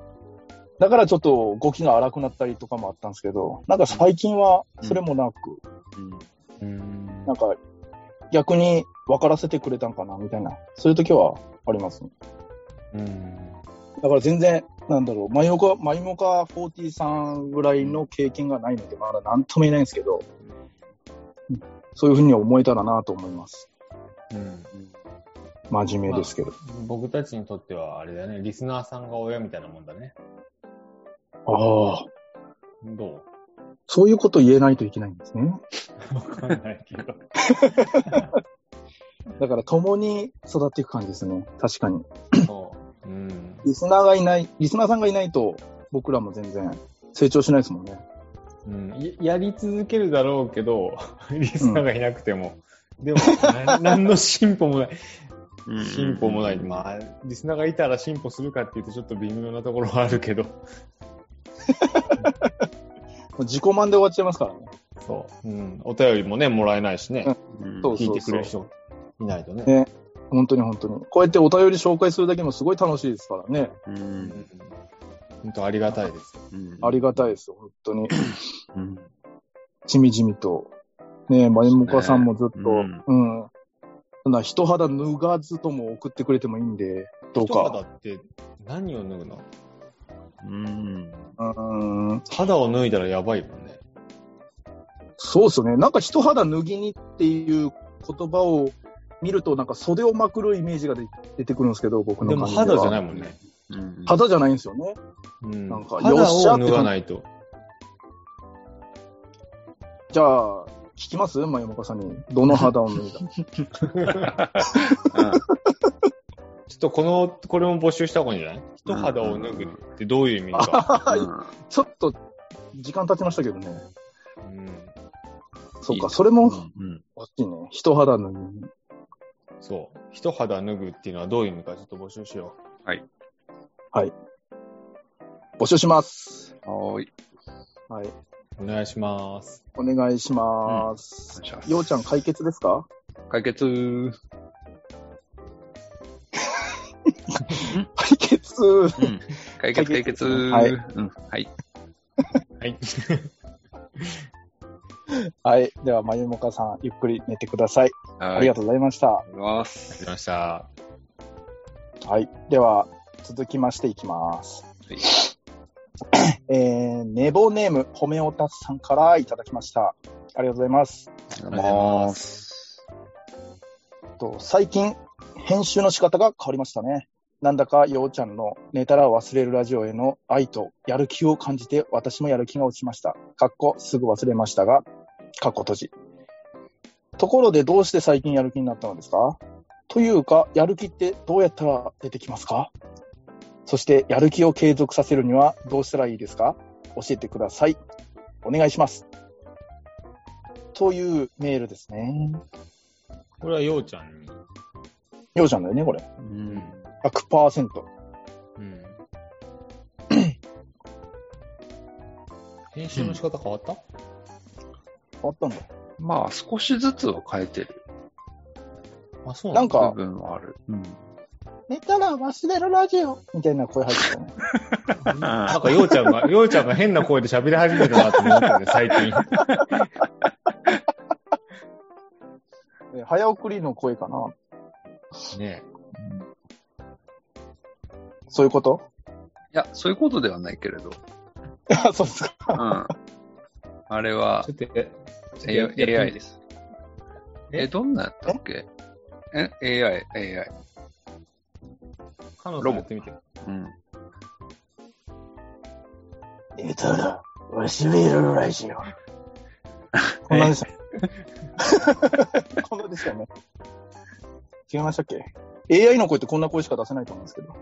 [SPEAKER 3] だからちょっと動きが荒くなったりとかもあったんですけど、なんか最近はそれもなく、
[SPEAKER 5] うん
[SPEAKER 3] なんか逆に分からせてくれたんかなみたいな、そういう時はありますね。
[SPEAKER 5] うん。
[SPEAKER 3] だから全然、なんだろう、マイモカ、マイモカ43ぐらいの経験がないので、まだなんとも言えないんですけど、うんそういうふうに思えたらなと思います。
[SPEAKER 5] うん。
[SPEAKER 3] 真面目ですけど。
[SPEAKER 5] 僕たちにとっては、あれだよね、リスナーさんが親みたいなもんだね。
[SPEAKER 3] ああ、
[SPEAKER 5] ど
[SPEAKER 3] そういうこと言えないといけないんですね。
[SPEAKER 5] う わかんないけど。
[SPEAKER 3] だから共に育っていく感じですね。確かに。
[SPEAKER 5] そう。うん。
[SPEAKER 3] リスナーがいない、リスナーさんがいないと、僕らも全然成長しないですもんね。
[SPEAKER 5] うん、いやり続けるだろうけど、リスナーがいなくても。でも、な 何の進歩もない。進歩もない。まあ、リスナーがいたら進歩するかっていうとちょっと微妙なところはあるけど。
[SPEAKER 3] もう自己満で終わっちゃいますからね。
[SPEAKER 5] そう。うん。お便りもね、もらえないしね。
[SPEAKER 3] そう
[SPEAKER 5] 聞い
[SPEAKER 3] そう
[SPEAKER 5] てく
[SPEAKER 3] そ
[SPEAKER 5] れ
[SPEAKER 3] う
[SPEAKER 5] る。人いないと
[SPEAKER 3] ね
[SPEAKER 5] ね。
[SPEAKER 3] 本当に本当に。こうやってお便り紹介するだけでもすごい楽しいですからね。
[SPEAKER 5] うん。本当ありがたいですよ。
[SPEAKER 3] ありがたいですよ、本当に。
[SPEAKER 2] うん
[SPEAKER 3] ちみじみと。ねえ、まゆもかさんもずっと、
[SPEAKER 2] うん
[SPEAKER 3] うん。そんな人肌脱がずとも送ってくれてもいいんで、どう
[SPEAKER 5] 人肌
[SPEAKER 3] か。
[SPEAKER 5] って何を脱ぐの
[SPEAKER 2] うん
[SPEAKER 3] うん。
[SPEAKER 5] 肌を脱いだらやばいもんね。
[SPEAKER 3] そうっすよね。なんか人肌脱ぎにっていう言葉を見ると、なんか袖をまくるイメージがで出てくるんですけど、僕の
[SPEAKER 5] でも
[SPEAKER 3] 感じでは
[SPEAKER 5] 肌じゃないもんね。
[SPEAKER 2] うん
[SPEAKER 3] 肌じゃないんですよね。
[SPEAKER 5] うん。
[SPEAKER 3] なんかよっ
[SPEAKER 5] 肌
[SPEAKER 3] しゃっ
[SPEAKER 5] を
[SPEAKER 3] て
[SPEAKER 5] 脱がないと。
[SPEAKER 3] じゃあ、聞きますまゆもかさんに。どの肌を脱いだ
[SPEAKER 5] ちょっとこの、これも募集した方がいいんじゃない人肌を脱ぐってどういう意味か。
[SPEAKER 3] ちょっと、時間経ちましたけどね。
[SPEAKER 5] うん。
[SPEAKER 3] そっ
[SPEAKER 2] いい
[SPEAKER 3] か、
[SPEAKER 2] ね
[SPEAKER 3] それも
[SPEAKER 2] うん
[SPEAKER 3] 欲しいね。人肌脱ぎに。
[SPEAKER 5] そう。人肌脱ぐっていうのはどういう意味かちょっと募集しよ
[SPEAKER 3] 募集します。
[SPEAKER 2] はーい。
[SPEAKER 3] はい。
[SPEAKER 5] う。お願いします。
[SPEAKER 3] お願いし
[SPEAKER 2] お願
[SPEAKER 3] ます
[SPEAKER 2] いしま。す
[SPEAKER 3] ようちゃん解決ですか
[SPEAKER 2] 解決。
[SPEAKER 3] 解決。
[SPEAKER 2] うん解決、解決。
[SPEAKER 3] はい
[SPEAKER 2] うん。はい。
[SPEAKER 5] はい。
[SPEAKER 3] はい。では、まゆもかさん、ゆっくり寝てください。ありが
[SPEAKER 2] と
[SPEAKER 3] とうございました。
[SPEAKER 2] うございます。
[SPEAKER 5] ありました。
[SPEAKER 3] はい。では、続きましていきます。
[SPEAKER 2] はい
[SPEAKER 3] えー、ネボネーム、ホメオタスさんからいただきました。ありがとうございます。
[SPEAKER 2] ありが。
[SPEAKER 5] とうございます
[SPEAKER 3] と最近、編集の仕方が変わりましたね。なんだか、ようちゃんの寝たら忘れるラジオへの愛とやる気を感じて、私もやる気が落ちました。かっこ、すぐ忘れましたが、かっこ閉じ。ところで、どうして最近やる気になったのですかというか、やる気ってどうやったら出てきますかそして、やる気を継続させるにはどうしたらいいですか教えてください。お願いします。というメールですね。
[SPEAKER 5] これはようちゃんに。
[SPEAKER 3] ようちゃんだよね、これ。
[SPEAKER 5] うん。
[SPEAKER 3] 100%。
[SPEAKER 5] うん。編集の仕方変わった、
[SPEAKER 3] 変わったんだ。
[SPEAKER 2] まあ、少しずつは変えてる
[SPEAKER 5] あ、そう
[SPEAKER 3] な
[SPEAKER 5] な
[SPEAKER 3] んん
[SPEAKER 5] だ。
[SPEAKER 2] 部
[SPEAKER 3] か、
[SPEAKER 2] 分はある。
[SPEAKER 3] 寝たら忘れるラジオみたいな声入ってたね。
[SPEAKER 5] なんか、ようちゃんが、ようちゃんが変な声で喋り始めるなと思ってて、最近。
[SPEAKER 3] え 早送りの声かな。
[SPEAKER 5] ね
[SPEAKER 3] そういうこと
[SPEAKER 2] いや、そういうことではないけれど。
[SPEAKER 3] あ そうですか。
[SPEAKER 2] うん。あれは
[SPEAKER 5] ちょ、っと、えちょっとやってみ
[SPEAKER 2] A- AI です。
[SPEAKER 5] え
[SPEAKER 2] え、どんなやったっけえ ?AI、AI。
[SPEAKER 5] カノさんやってみて。
[SPEAKER 2] うん。
[SPEAKER 3] 寝たら忘れるラジオ。 こんなでした。 こんなでしたよね。違いましたっけ ?AI の声ってこんな声しか出せないと思うん ですけど。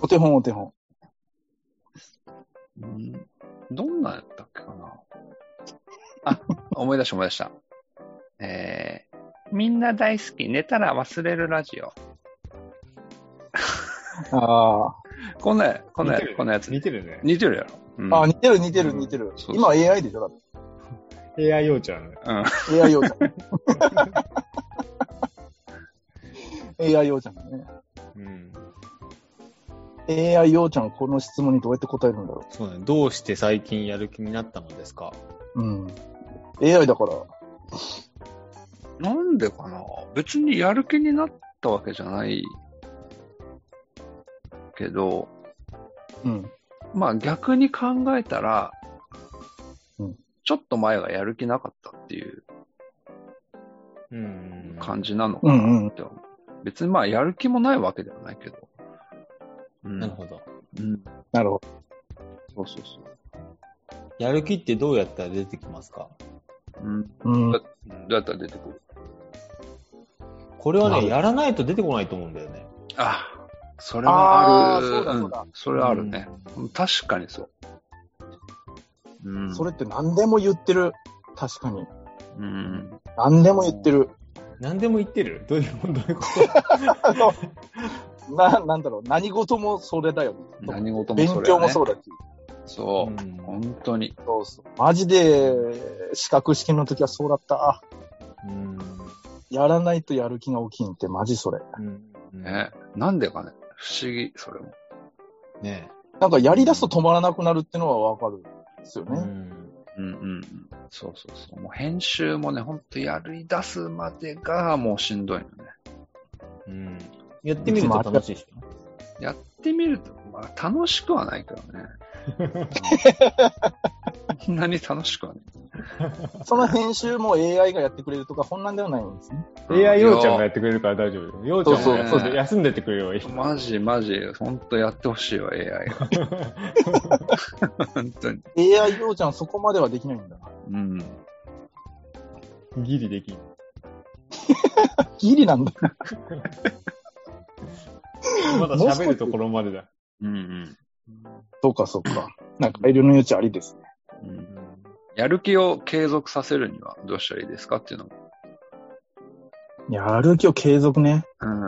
[SPEAKER 3] お手本お手本。
[SPEAKER 2] うんどんなんやったっけかなあ、思い出した思い出した。えー、みんな大好き、寝たら忘れるラジオ。
[SPEAKER 3] あ
[SPEAKER 2] こんなや、こんな
[SPEAKER 5] 似て
[SPEAKER 2] や、
[SPEAKER 5] る
[SPEAKER 2] こんなやつ。
[SPEAKER 5] 似てるね。
[SPEAKER 2] 似てるやろ。うん
[SPEAKER 3] あ。あ、似てる似てる似てる。
[SPEAKER 2] そうそう
[SPEAKER 3] 今 AI でしょだっ
[SPEAKER 5] AI ようちゃん。
[SPEAKER 2] うん。
[SPEAKER 3] て。AI 王 ちゃん。AI 王ちゃんだね。
[SPEAKER 5] うん。
[SPEAKER 3] AI ようちゃん、この質問にどうやって答えるんだろ
[SPEAKER 5] そうね。どうして最近やる気になったのですか
[SPEAKER 3] う。うん。AI だから。
[SPEAKER 2] なんでかな別にやる気になったわけじゃないけど、
[SPEAKER 3] うん。
[SPEAKER 2] まあ逆に考えたら、
[SPEAKER 3] うん
[SPEAKER 2] ちょっと前はやる気なかったっていう
[SPEAKER 5] うん
[SPEAKER 2] 感じなのか
[SPEAKER 3] う
[SPEAKER 2] なっ
[SPEAKER 3] んうん。
[SPEAKER 2] て思う、別にまあやる気もないわけではないけど。うん
[SPEAKER 5] なるほど。
[SPEAKER 2] うん。
[SPEAKER 3] なるほ
[SPEAKER 2] そうそうそう。
[SPEAKER 5] やる気ってどうやったら出てきますか
[SPEAKER 2] うん。
[SPEAKER 3] ど。うん。
[SPEAKER 2] だどうやったら出てくる
[SPEAKER 5] これは
[SPEAKER 3] はい
[SPEAKER 5] ね、やらないと出てこないと思うんだよね。
[SPEAKER 2] あそれはある。
[SPEAKER 3] あーそうだそうだ
[SPEAKER 2] んそれはあるね。確かにそう。うん。
[SPEAKER 3] それって何でも言ってる。確かに。
[SPEAKER 2] うん。
[SPEAKER 3] 何でも言ってる。
[SPEAKER 5] 何でも言ってるどういうことどういうこ
[SPEAKER 3] あのな、なんだろう。何事もそれだよね。
[SPEAKER 2] 何事も
[SPEAKER 3] 勉
[SPEAKER 2] それ、ね。
[SPEAKER 3] 強もそうだし。
[SPEAKER 2] そ
[SPEAKER 5] と
[SPEAKER 2] う。
[SPEAKER 5] うん
[SPEAKER 2] 本当に。
[SPEAKER 3] そうそう。マジで、資格試験の時はそうだった。
[SPEAKER 5] うん
[SPEAKER 3] やらないとやる気が起きんってマジそれ。
[SPEAKER 5] うん
[SPEAKER 2] ね。なんでかね。不思議、それも。
[SPEAKER 5] ね
[SPEAKER 3] なんかやり出すと止まらなくなるってのはわかるんですよ
[SPEAKER 5] う
[SPEAKER 3] ね。
[SPEAKER 5] ん
[SPEAKER 2] うんうんうん。そうそうそう。もう編集もね、ほんとやり出すまでがもうしんどいのね。
[SPEAKER 5] うんやってみると楽しいでしょ
[SPEAKER 2] やってみると、まあ楽しくはないけどね。そんなに楽しくはない。
[SPEAKER 3] その編集も AI がやってくれるとか、こんなんではないんですね。
[SPEAKER 5] AI ようちゃんがやってくれるから大丈夫よ。ようちゃん
[SPEAKER 2] そうそう
[SPEAKER 5] が
[SPEAKER 2] そう
[SPEAKER 5] そうそう休んでてくれればいい。
[SPEAKER 2] マジマジ、ほんとやってほしいわ、AI が。本当に。
[SPEAKER 3] AI ようちゃんそこまではできないんだな。
[SPEAKER 2] うん。
[SPEAKER 5] ギリできん。
[SPEAKER 3] ギリなんだ。
[SPEAKER 5] まだ喋るところまでだ。
[SPEAKER 2] うん
[SPEAKER 3] そうかそう か。なんか改良の余地ありですね。
[SPEAKER 2] うん。うん、やる気を継続させるにはどうしたらいいですかっていうのも。
[SPEAKER 3] やる気を継続ね。
[SPEAKER 2] うん。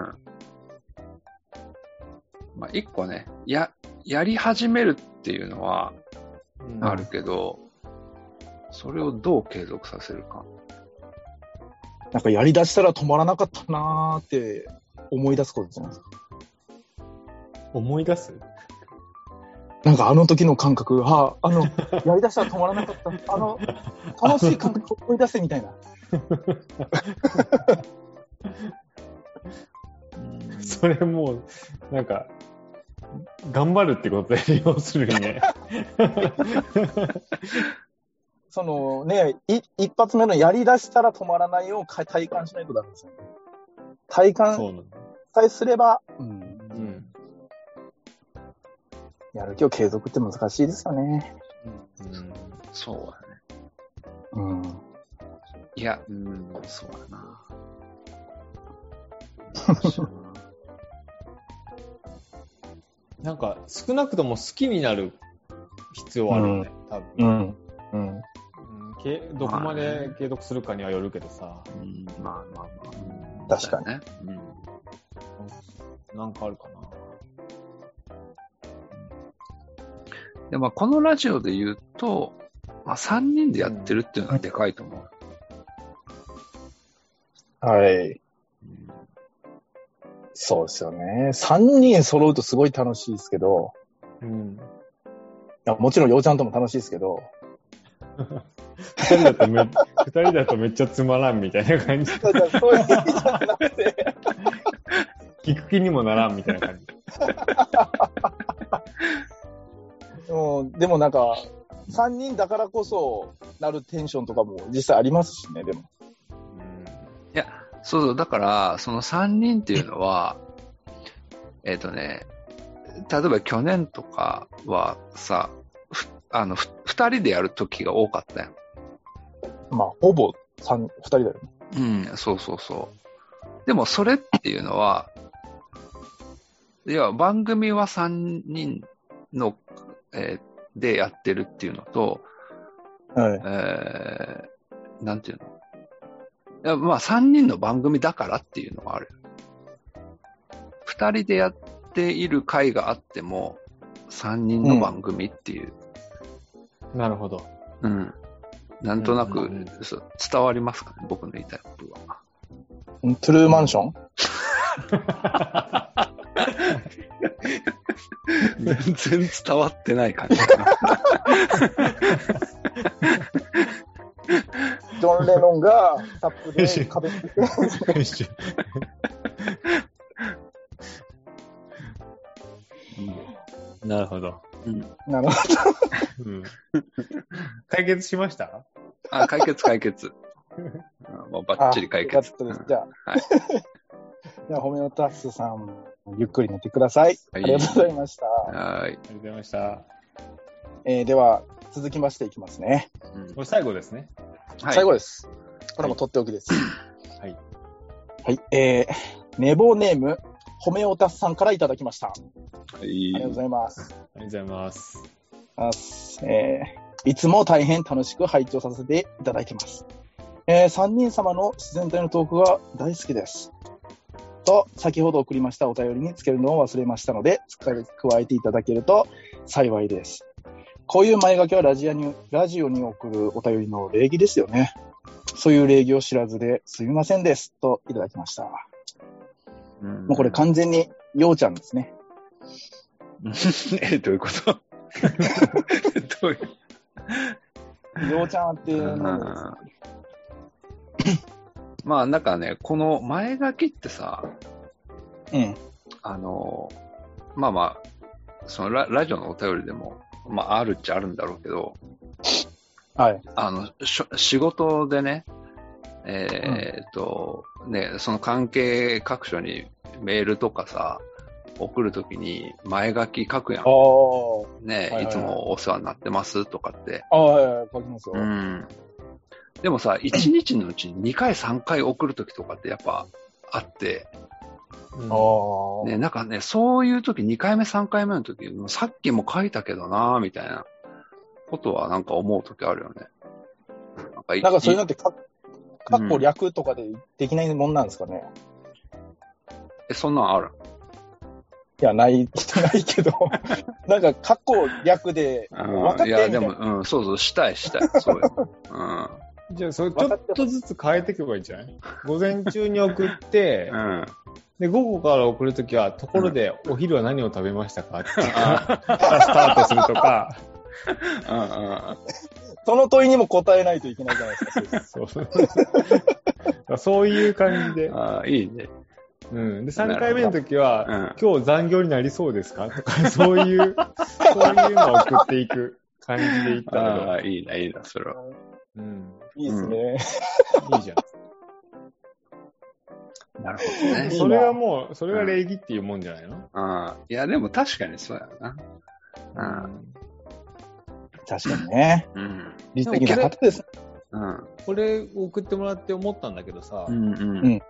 [SPEAKER 2] まあ、一個ね、や、やり始めるっていうのは
[SPEAKER 5] うん
[SPEAKER 2] ある。けど、それをどう継続させるか。
[SPEAKER 3] なんかやり出したら止まらなかったなーって思い出すことじゃないですか。
[SPEAKER 5] 思い出す
[SPEAKER 3] なんかあの時の感覚、はあ、あ の、やり出したら止まらなかった、あの、楽しい感覚思い出せみたいな。
[SPEAKER 5] それもう、なんか、頑張るってことで要するに ね。
[SPEAKER 3] そのね、い一発目のやり出したら止まらないようか体感しないとダメですよね。体感
[SPEAKER 5] そうなんだ。
[SPEAKER 3] さえすれば、
[SPEAKER 5] うん。
[SPEAKER 3] やる気を継続って難しいですよね。
[SPEAKER 5] うん
[SPEAKER 2] そうだね。
[SPEAKER 3] うん。
[SPEAKER 2] いや、うん、そうだな。
[SPEAKER 5] なんか、少なくとも好きになる必要あるよね、多分。
[SPEAKER 3] うん。うん。
[SPEAKER 5] うんけどこまで継続するかにはよるけどさ、
[SPEAKER 2] うんまあまあまあ。
[SPEAKER 3] 確かに
[SPEAKER 2] に。ね。
[SPEAKER 5] うん、なんかあるかな。
[SPEAKER 2] で、まあ、このラジオで言うと、まあ、3人でやってるっていうのはでかいと思う。
[SPEAKER 3] はい。そうですよね。3人揃うとすごい楽しいですけど、
[SPEAKER 5] うん。
[SPEAKER 3] いやもちろん、ようちゃんとも楽しいですけど、
[SPEAKER 5] 二人だとめ、二人だとめっちゃつまらんみたいな感じ。
[SPEAKER 3] そういう意味じゃなくて、
[SPEAKER 5] 聞く気にもならんみたいな感じ。
[SPEAKER 3] でもでもなんか、3人だからこそなるテンションとかも実際ありますしね、でも。
[SPEAKER 2] そうそう、だから、その3人っていうのは、えっ、とね、例えば去年とかはさ、ふあの、ふ2人でやる時が多かったよ。
[SPEAKER 3] まあ、ほぼ三2人だよね。
[SPEAKER 2] うん、そうそうそう。でもそれっていうのは、いや、番組は3人の、えーでやってるっていうのと、
[SPEAKER 3] はい。
[SPEAKER 2] えー、なんていうのいやまあ、3人の番組だからっていうのはある。2人でやっている回があっても、3人の番組っていう、
[SPEAKER 5] なるほど。
[SPEAKER 2] うん。なんとなく、
[SPEAKER 5] うんうん
[SPEAKER 2] そう伝わりますかね、僕の言いたいこと は。
[SPEAKER 3] トゥルーマンション
[SPEAKER 2] 全然伝わってない 感じかな。
[SPEAKER 3] ジョン・レノンがタップで壁に。
[SPEAKER 5] なるほど。
[SPEAKER 3] なるほど
[SPEAKER 5] うん、解決しました
[SPEAKER 2] あ、解決解決。うんもうバッチリ解
[SPEAKER 3] あよ
[SPEAKER 2] 決
[SPEAKER 3] かっ。たです
[SPEAKER 2] うん
[SPEAKER 3] じゃあ。
[SPEAKER 2] はい
[SPEAKER 3] じゃあ、ホメオタスさん、ゆっくり寝てください。
[SPEAKER 2] は
[SPEAKER 3] あ
[SPEAKER 2] い
[SPEAKER 3] りがとうございました。
[SPEAKER 2] はーい。
[SPEAKER 5] ありがとうございました。
[SPEAKER 3] えーでは、続きましていきますね。
[SPEAKER 2] うん
[SPEAKER 5] これ最後ですね。
[SPEAKER 2] はい
[SPEAKER 3] 最後です。これもとっておき です。
[SPEAKER 5] はい。
[SPEAKER 3] はい。えー、寝坊ネーム、ホメオタスさんからいただきました。ありがとうございます。
[SPEAKER 5] ありがとうございます。
[SPEAKER 3] あすえーいつも大変楽しく拝聴させていただいてます。え3人様の自然体のトークが大好きです。と、先ほど送りましたお便りにつけるのを忘れましたので、付け加えていただけると幸いです。こういう前書きはラジオにラジオに送るお便りの礼儀ですよね。そういう礼儀を知らずですみませんです。といただきました。
[SPEAKER 2] うん
[SPEAKER 3] もうこれ完全に、ようちゃんですね。
[SPEAKER 2] え、どういうこと どういう
[SPEAKER 3] ようちゃんっていううんのです
[SPEAKER 2] まあなんかね、この前書きってさ、
[SPEAKER 3] うん。
[SPEAKER 2] あの、まあまあ、そのララジオのお便りでも、まああるっちゃあるんだろうけど、
[SPEAKER 3] はい。
[SPEAKER 2] あの、しょ仕事でね、えーっと、ね、その関係各所にメールとかさ、送るときに前書き書くやん
[SPEAKER 3] あ。ー
[SPEAKER 2] ね、
[SPEAKER 3] はいはいいはい
[SPEAKER 2] つもお世話になってますとかって。
[SPEAKER 3] あー、はいはい、書きますよ。
[SPEAKER 2] うん。でもさ、1日のうちに2回3回送るときとかってやっぱあって、
[SPEAKER 5] うん
[SPEAKER 3] ああ、
[SPEAKER 2] ね、なんかね、そういうとき2回目3回目のとき、もうさっきも書いたけどなぁ、みたいなことはなんか思うときあるよね。なんかい
[SPEAKER 3] なんかそういうのってか、か
[SPEAKER 2] うん
[SPEAKER 3] っこ略とかでできないもんなんですかね。
[SPEAKER 2] えそんなんある
[SPEAKER 3] いや、ない、ないけど、 なんかかっこ略で、分かっ
[SPEAKER 2] うん、
[SPEAKER 3] て
[SPEAKER 2] い
[SPEAKER 3] みた
[SPEAKER 2] や、
[SPEAKER 3] いな
[SPEAKER 2] でも、うん、そうそう、したい、したい、そうよ。うん。
[SPEAKER 5] じゃあ、それちょっとずつ変えていけばいいんじゃない午前中に送って、
[SPEAKER 2] うん。
[SPEAKER 5] で、午後から送るときは、ところで、お昼は何を食べました かっていうか、からスタートするとか、
[SPEAKER 3] その問いにも答えないといけないじゃないですか。
[SPEAKER 5] そう そういう感じで。
[SPEAKER 2] ああ、いいね。
[SPEAKER 5] うん。で、3回目の時は、
[SPEAKER 2] うん。
[SPEAKER 5] 今日残業になりそうですか とか、そういう、そういうのを送っていく感じでいった
[SPEAKER 2] あ
[SPEAKER 5] ら、
[SPEAKER 2] あ、いいな、いいな、それは。
[SPEAKER 5] うん。
[SPEAKER 3] いいですね。
[SPEAKER 5] いいじゃん。
[SPEAKER 2] なるほどね。
[SPEAKER 5] それはもう、それが礼儀っていうもんじゃないの
[SPEAKER 2] ああ、いや、でも確かにそうやな。
[SPEAKER 3] 確かにね。
[SPEAKER 2] うん。うん。
[SPEAKER 3] 理的な方ですね。
[SPEAKER 2] うん。
[SPEAKER 5] これ送ってもらって思ったんだけどさ、
[SPEAKER 2] うん。う。
[SPEAKER 3] うんん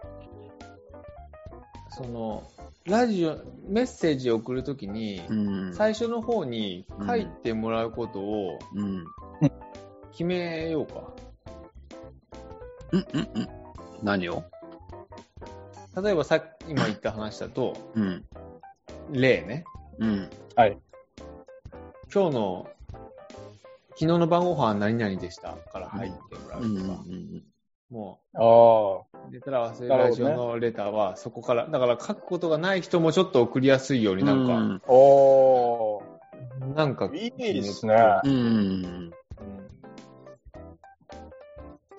[SPEAKER 5] その、ラジオ、メッセージを送るときに、
[SPEAKER 2] うん。
[SPEAKER 5] 最初の方に書いてもらうことを
[SPEAKER 2] うん。うん、
[SPEAKER 5] 決めようか。
[SPEAKER 2] うん、うん。何を
[SPEAKER 5] 例えばさっき、今言った話だと、
[SPEAKER 2] うん。
[SPEAKER 5] 例ね。
[SPEAKER 2] うん。
[SPEAKER 5] 今日の、昨日の晩ご飯は何々でしたから入ってもらう
[SPEAKER 2] うん。う
[SPEAKER 5] とか、
[SPEAKER 2] ん。
[SPEAKER 5] も
[SPEAKER 3] ああ。
[SPEAKER 5] う、レタラ忘れラジオのレターはそこから、だから書くことがない人もちょっと送りやすいようになんか、
[SPEAKER 3] おー。
[SPEAKER 5] なんか、
[SPEAKER 3] いいですね。
[SPEAKER 5] う
[SPEAKER 2] うん。うん。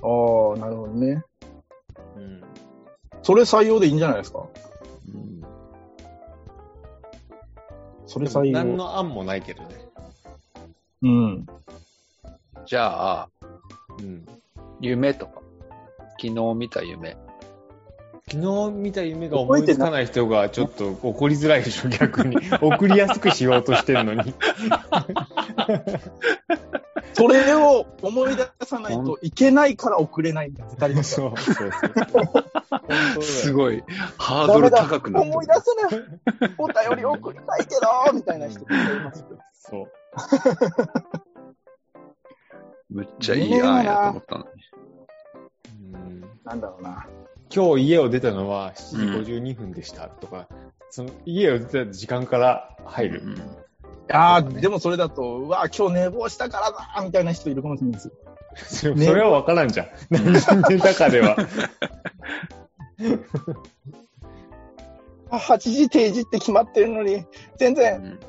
[SPEAKER 3] あー、なるほどね。
[SPEAKER 5] うん
[SPEAKER 3] それ採用でいいんじゃないですか
[SPEAKER 2] うん
[SPEAKER 3] それ
[SPEAKER 5] でも
[SPEAKER 3] 採
[SPEAKER 5] 何
[SPEAKER 3] 用。
[SPEAKER 5] の案もないけどね。
[SPEAKER 3] うん。
[SPEAKER 2] じゃあ、
[SPEAKER 5] うん、
[SPEAKER 2] 夢とか。昨日見た夢。
[SPEAKER 5] 昨日見た夢が思いつかない人がちょっと怒りづらいでしょ、逆 に。送りやすくしようとしてるのに。
[SPEAKER 3] それを思い出さないといけないから送れないんだ、絶対に。
[SPEAKER 5] そうそうそう。
[SPEAKER 2] す
[SPEAKER 5] い。
[SPEAKER 2] ごい。ハードル高くなってる
[SPEAKER 3] 思い出せない。お便り送りたいけど、みたいな人いっぱいいますよ。
[SPEAKER 5] そう。
[SPEAKER 2] むっちゃいい案やと思ったのに。
[SPEAKER 5] うん
[SPEAKER 3] なんだろうな。
[SPEAKER 5] 今日家を出たのは7時52分でしたとか、その家を出た時間から入る。
[SPEAKER 3] ああ、でもそれだと、うわー、今日寝坊したからな、みたいな人いるかもしれないですよ。
[SPEAKER 5] それそれは分からんじゃん。何人の中では。
[SPEAKER 3] あ、8時定時って決まってるのに、全
[SPEAKER 2] う
[SPEAKER 3] 然。
[SPEAKER 2] ん。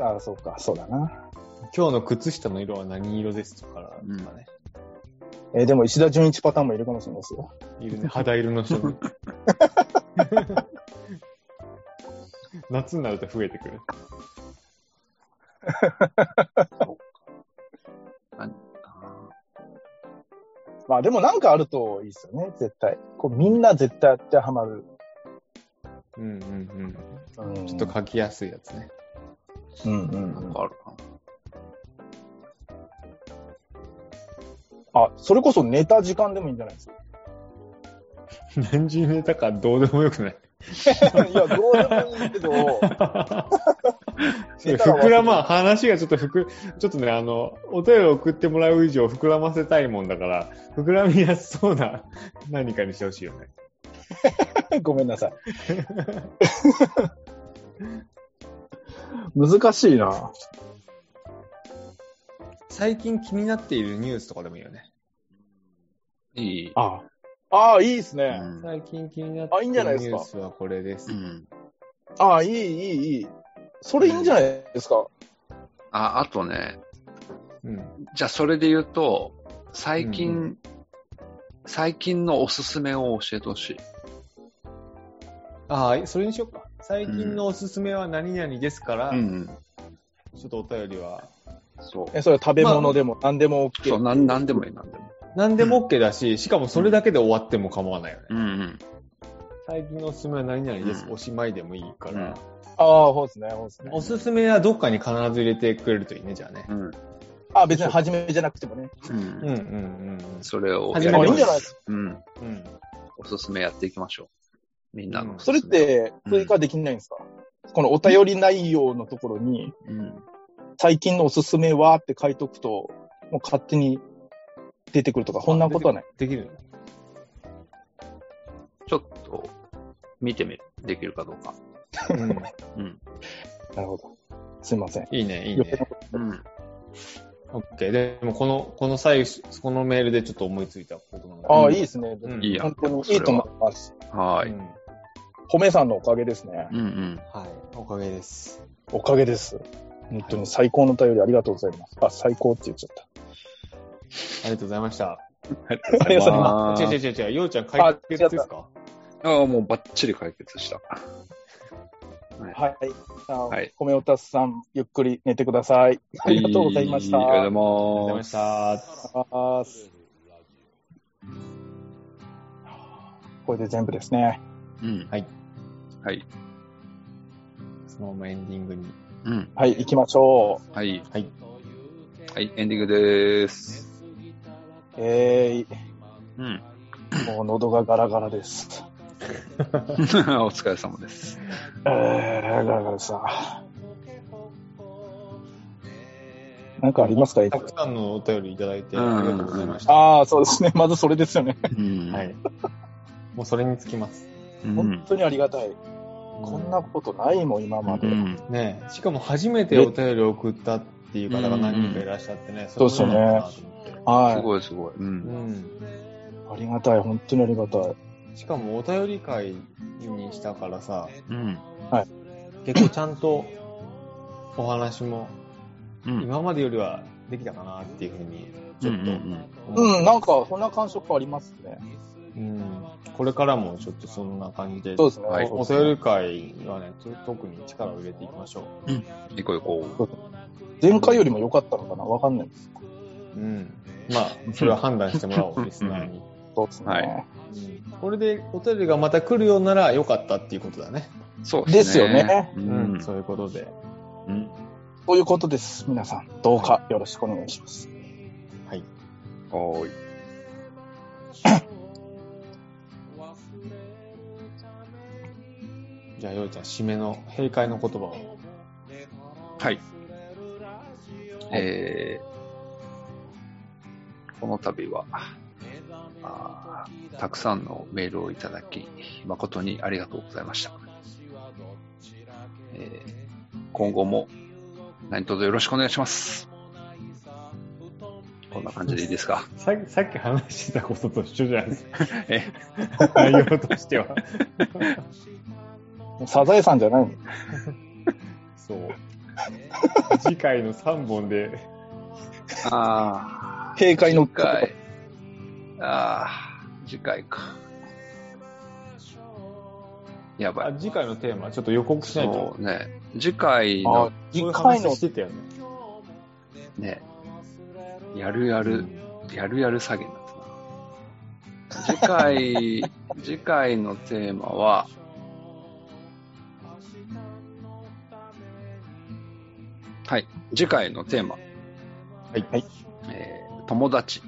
[SPEAKER 3] ああ、そうか、そうだな。
[SPEAKER 5] 今日の靴下の色は何色ですとかとかね。
[SPEAKER 3] えーでも石田純一パターンもいるかもしれないですよ。
[SPEAKER 5] いるね、肌色の人も。 夏になると増えてくる。
[SPEAKER 3] まあでもなんかあるといいですよね、絶対。こう、みんな絶対当てはまる。
[SPEAKER 5] うんうん
[SPEAKER 3] うん、
[SPEAKER 5] うん。ちょっと書きやすいやつね。
[SPEAKER 3] うんうん
[SPEAKER 2] な
[SPEAKER 3] うんん。
[SPEAKER 2] かあるかな。
[SPEAKER 3] あ、それこそ寝た時間でもいいんじゃないですか。
[SPEAKER 5] 何十ネタかどうでもよ くない。
[SPEAKER 3] いや、どうでもいいけど、
[SPEAKER 5] それ膨らまん、話がちょっとふく、ちょっとね、あの、お便りを送ってもらう以上膨らませたいもんだから、膨らみやすそうな何かにしてほしいよね。
[SPEAKER 3] ごめんなさい。 難しいな。
[SPEAKER 5] 最近気になっているニュースとかでもいいよね。
[SPEAKER 2] いい。
[SPEAKER 3] あああ、いいです
[SPEAKER 2] う
[SPEAKER 3] ね。
[SPEAKER 2] ん
[SPEAKER 5] 最近気になって
[SPEAKER 3] あいい
[SPEAKER 5] い
[SPEAKER 3] ん
[SPEAKER 5] る
[SPEAKER 3] じゃないです
[SPEAKER 5] ニ
[SPEAKER 3] か
[SPEAKER 5] ュースはこれです
[SPEAKER 2] う。ん。
[SPEAKER 3] ああ、いい、いい、いい。それいいんじゃないですか。
[SPEAKER 2] あ、あとね、
[SPEAKER 5] うん。
[SPEAKER 2] じゃあそれで言うと、最近、
[SPEAKER 5] う
[SPEAKER 2] 最近のおすすめを教えてほしい。
[SPEAKER 5] ああ、それにしようか。最近のおすすめは何々ですから、
[SPEAKER 2] うん。
[SPEAKER 5] ちょっとお便りは。
[SPEAKER 2] そう。
[SPEAKER 3] え、それは食べ物でも何でも OK。
[SPEAKER 2] そう、なん、なんでもいい、なんでも。
[SPEAKER 5] 何でも OK だし、しかもそれだけで終わっても構わないよね。
[SPEAKER 2] うんうん。
[SPEAKER 5] 最近のおすすめは何々です。
[SPEAKER 2] うん
[SPEAKER 5] おしまいでもいいから、
[SPEAKER 3] ああ、そうですね、そうですね。
[SPEAKER 5] おすすめはどっかに必ず入れてくれるといいね、じゃあね。
[SPEAKER 2] うん。
[SPEAKER 3] ああ、別に初めじゃなくてもね。
[SPEAKER 2] うん。
[SPEAKER 5] うんうんうんうん。
[SPEAKER 2] それを
[SPEAKER 5] 始
[SPEAKER 2] や
[SPEAKER 5] ま
[SPEAKER 3] あ、
[SPEAKER 5] り
[SPEAKER 3] いいん
[SPEAKER 5] ま
[SPEAKER 3] じゃないですか。
[SPEAKER 2] うん。
[SPEAKER 5] うん、
[SPEAKER 2] おすすめやっていきましょう。みんなのおすす
[SPEAKER 3] そ
[SPEAKER 2] め
[SPEAKER 3] れっ、て追加できないんですか、このお便り内容のところに、
[SPEAKER 2] うん。
[SPEAKER 3] 最近のおすすめはって書いとくと、もう勝手に出てくるとか、そんなことはない。
[SPEAKER 5] できる
[SPEAKER 2] ちょっと、見てみる。できるかどうか。
[SPEAKER 5] うん。
[SPEAKER 2] うん。
[SPEAKER 3] なるほど。すいません。
[SPEAKER 5] いいね、いい
[SPEAKER 3] 余計な
[SPEAKER 5] ね。
[SPEAKER 3] こと
[SPEAKER 2] うん。
[SPEAKER 5] OK。でも、この、この最後、このメールでちょっと思いついたことなので。
[SPEAKER 3] ああ、いい
[SPEAKER 5] い。
[SPEAKER 3] ですね。
[SPEAKER 5] うん
[SPEAKER 2] いいや
[SPEAKER 3] 本当にいいと思います。
[SPEAKER 2] は
[SPEAKER 5] う
[SPEAKER 2] い。
[SPEAKER 5] ん
[SPEAKER 3] 褒めさんのおかげですね
[SPEAKER 2] う。んうん。
[SPEAKER 5] はい。おかげです。
[SPEAKER 3] おかげです。本当に最高の便りありがとうございます。あ、最高って言っちゃっ
[SPEAKER 5] ありがとうございました。
[SPEAKER 3] た。ありがとうございま
[SPEAKER 5] あ
[SPEAKER 2] あ
[SPEAKER 5] 違う違う違う違う。ようちゃん解決ですか
[SPEAKER 2] ああ、もうバッチリ解決した。
[SPEAKER 3] す。 はい。あ
[SPEAKER 2] はい
[SPEAKER 3] 米おたすさん、ゆっくり寝てください。ありがとうございました。
[SPEAKER 2] はいありがとう
[SPEAKER 5] あり
[SPEAKER 2] ございうま
[SPEAKER 5] がとご
[SPEAKER 2] す。
[SPEAKER 5] ざいました。
[SPEAKER 3] あーこれで全部ですね。
[SPEAKER 2] うん。
[SPEAKER 5] はい。
[SPEAKER 2] はい。
[SPEAKER 5] そのままエンディングに。
[SPEAKER 2] うん。
[SPEAKER 3] はい、行きましょう。
[SPEAKER 2] はい。
[SPEAKER 5] はい。
[SPEAKER 2] はい、エンディングでーす。
[SPEAKER 3] え
[SPEAKER 2] うん。
[SPEAKER 3] ーい、もう喉がガラガラです。
[SPEAKER 2] お疲れ様です。
[SPEAKER 3] えー、だからさ。なんかありますか
[SPEAKER 5] たくさんのお便りいただいて
[SPEAKER 2] う
[SPEAKER 5] あ
[SPEAKER 2] ん
[SPEAKER 5] りがとうございました。
[SPEAKER 3] ああ、そうですね。 まずそれですよね。
[SPEAKER 2] うん
[SPEAKER 5] はい。もうそれにつきます。
[SPEAKER 2] う
[SPEAKER 3] 本
[SPEAKER 2] ん
[SPEAKER 3] 当にありがたい。こんなことないもん、今ま
[SPEAKER 2] う
[SPEAKER 3] で。
[SPEAKER 2] ん
[SPEAKER 5] ねえしかも初めてお便りを送ったっていう方が何人かいらっしゃっ
[SPEAKER 3] うん
[SPEAKER 5] てね、
[SPEAKER 3] うん
[SPEAKER 5] れもいいなと思って
[SPEAKER 3] はい。
[SPEAKER 2] すごいすごい。う。
[SPEAKER 5] うんん。
[SPEAKER 3] ありがたい。本当にありがたい。
[SPEAKER 5] しかもお便り会にしたからさ、
[SPEAKER 2] うん。
[SPEAKER 5] 結構ちゃんとお話も
[SPEAKER 2] うん。
[SPEAKER 5] 今までよりはできたかなっていうふうにちょっと思
[SPEAKER 3] うん、
[SPEAKER 5] って、
[SPEAKER 3] なんか、そんな感触ありますね。
[SPEAKER 5] うんこれからもちょっとそんな感じで、
[SPEAKER 3] そうですね。
[SPEAKER 2] はい
[SPEAKER 5] おお便り会はね、と特に力を入れていきましょ
[SPEAKER 2] 行こう行こ
[SPEAKER 3] 前回よりも良かったのかなわかんないです。
[SPEAKER 5] う。うん。まあ、それは判断してもらおう、リスナーに。
[SPEAKER 3] そうですね。
[SPEAKER 2] はい
[SPEAKER 5] うんこれでお便りがまた来るようなら良かったっていうことだね。
[SPEAKER 2] う。そう
[SPEAKER 3] で
[SPEAKER 2] ですす
[SPEAKER 3] よ
[SPEAKER 2] ね。
[SPEAKER 3] ね。
[SPEAKER 2] う。
[SPEAKER 5] うんそういうことで。
[SPEAKER 2] うん
[SPEAKER 3] ということです。皆さん、どうかよろしくお願いします。
[SPEAKER 5] はい。
[SPEAKER 2] おーい。
[SPEAKER 5] じゃあ、ようちゃん、締めの閉会の言葉を。
[SPEAKER 2] はい。えー、この度はあー、たくさんのメールをいただき、誠にありがとうございました。えー今後も何卒よろしくお願いします。こんな感じでいいですか
[SPEAKER 5] ささっき話してたことと一緒じゃないですか。
[SPEAKER 2] え
[SPEAKER 5] 内容としては。
[SPEAKER 3] サザエさんじゃないの
[SPEAKER 5] そう。次回の3本で、
[SPEAKER 2] ああ、
[SPEAKER 3] 閉会の
[SPEAKER 2] 次回。ああ、次回か。やば
[SPEAKER 5] あ
[SPEAKER 2] い。
[SPEAKER 5] 次回のテーマ、ちょっと予告しないと
[SPEAKER 2] そ。うね。次回
[SPEAKER 3] あ
[SPEAKER 2] の、
[SPEAKER 5] そうい
[SPEAKER 3] 次
[SPEAKER 5] う
[SPEAKER 3] 回の
[SPEAKER 5] 話してたよね。
[SPEAKER 2] ね、やるやる、やるやる詐欺になったな。次 回、次回のテーマは、はい、次回のテーマ、
[SPEAKER 5] はい。はい。
[SPEAKER 2] えー友達。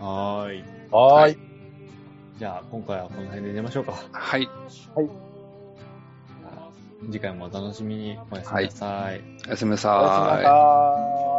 [SPEAKER 5] はーい。
[SPEAKER 3] はーい。
[SPEAKER 5] じゃあ、今回はこの辺で寝ましょうか。
[SPEAKER 2] はい、
[SPEAKER 5] 次回もお楽しみに。おやすみなさい
[SPEAKER 2] おやすみなさ
[SPEAKER 3] おやすみないさーい。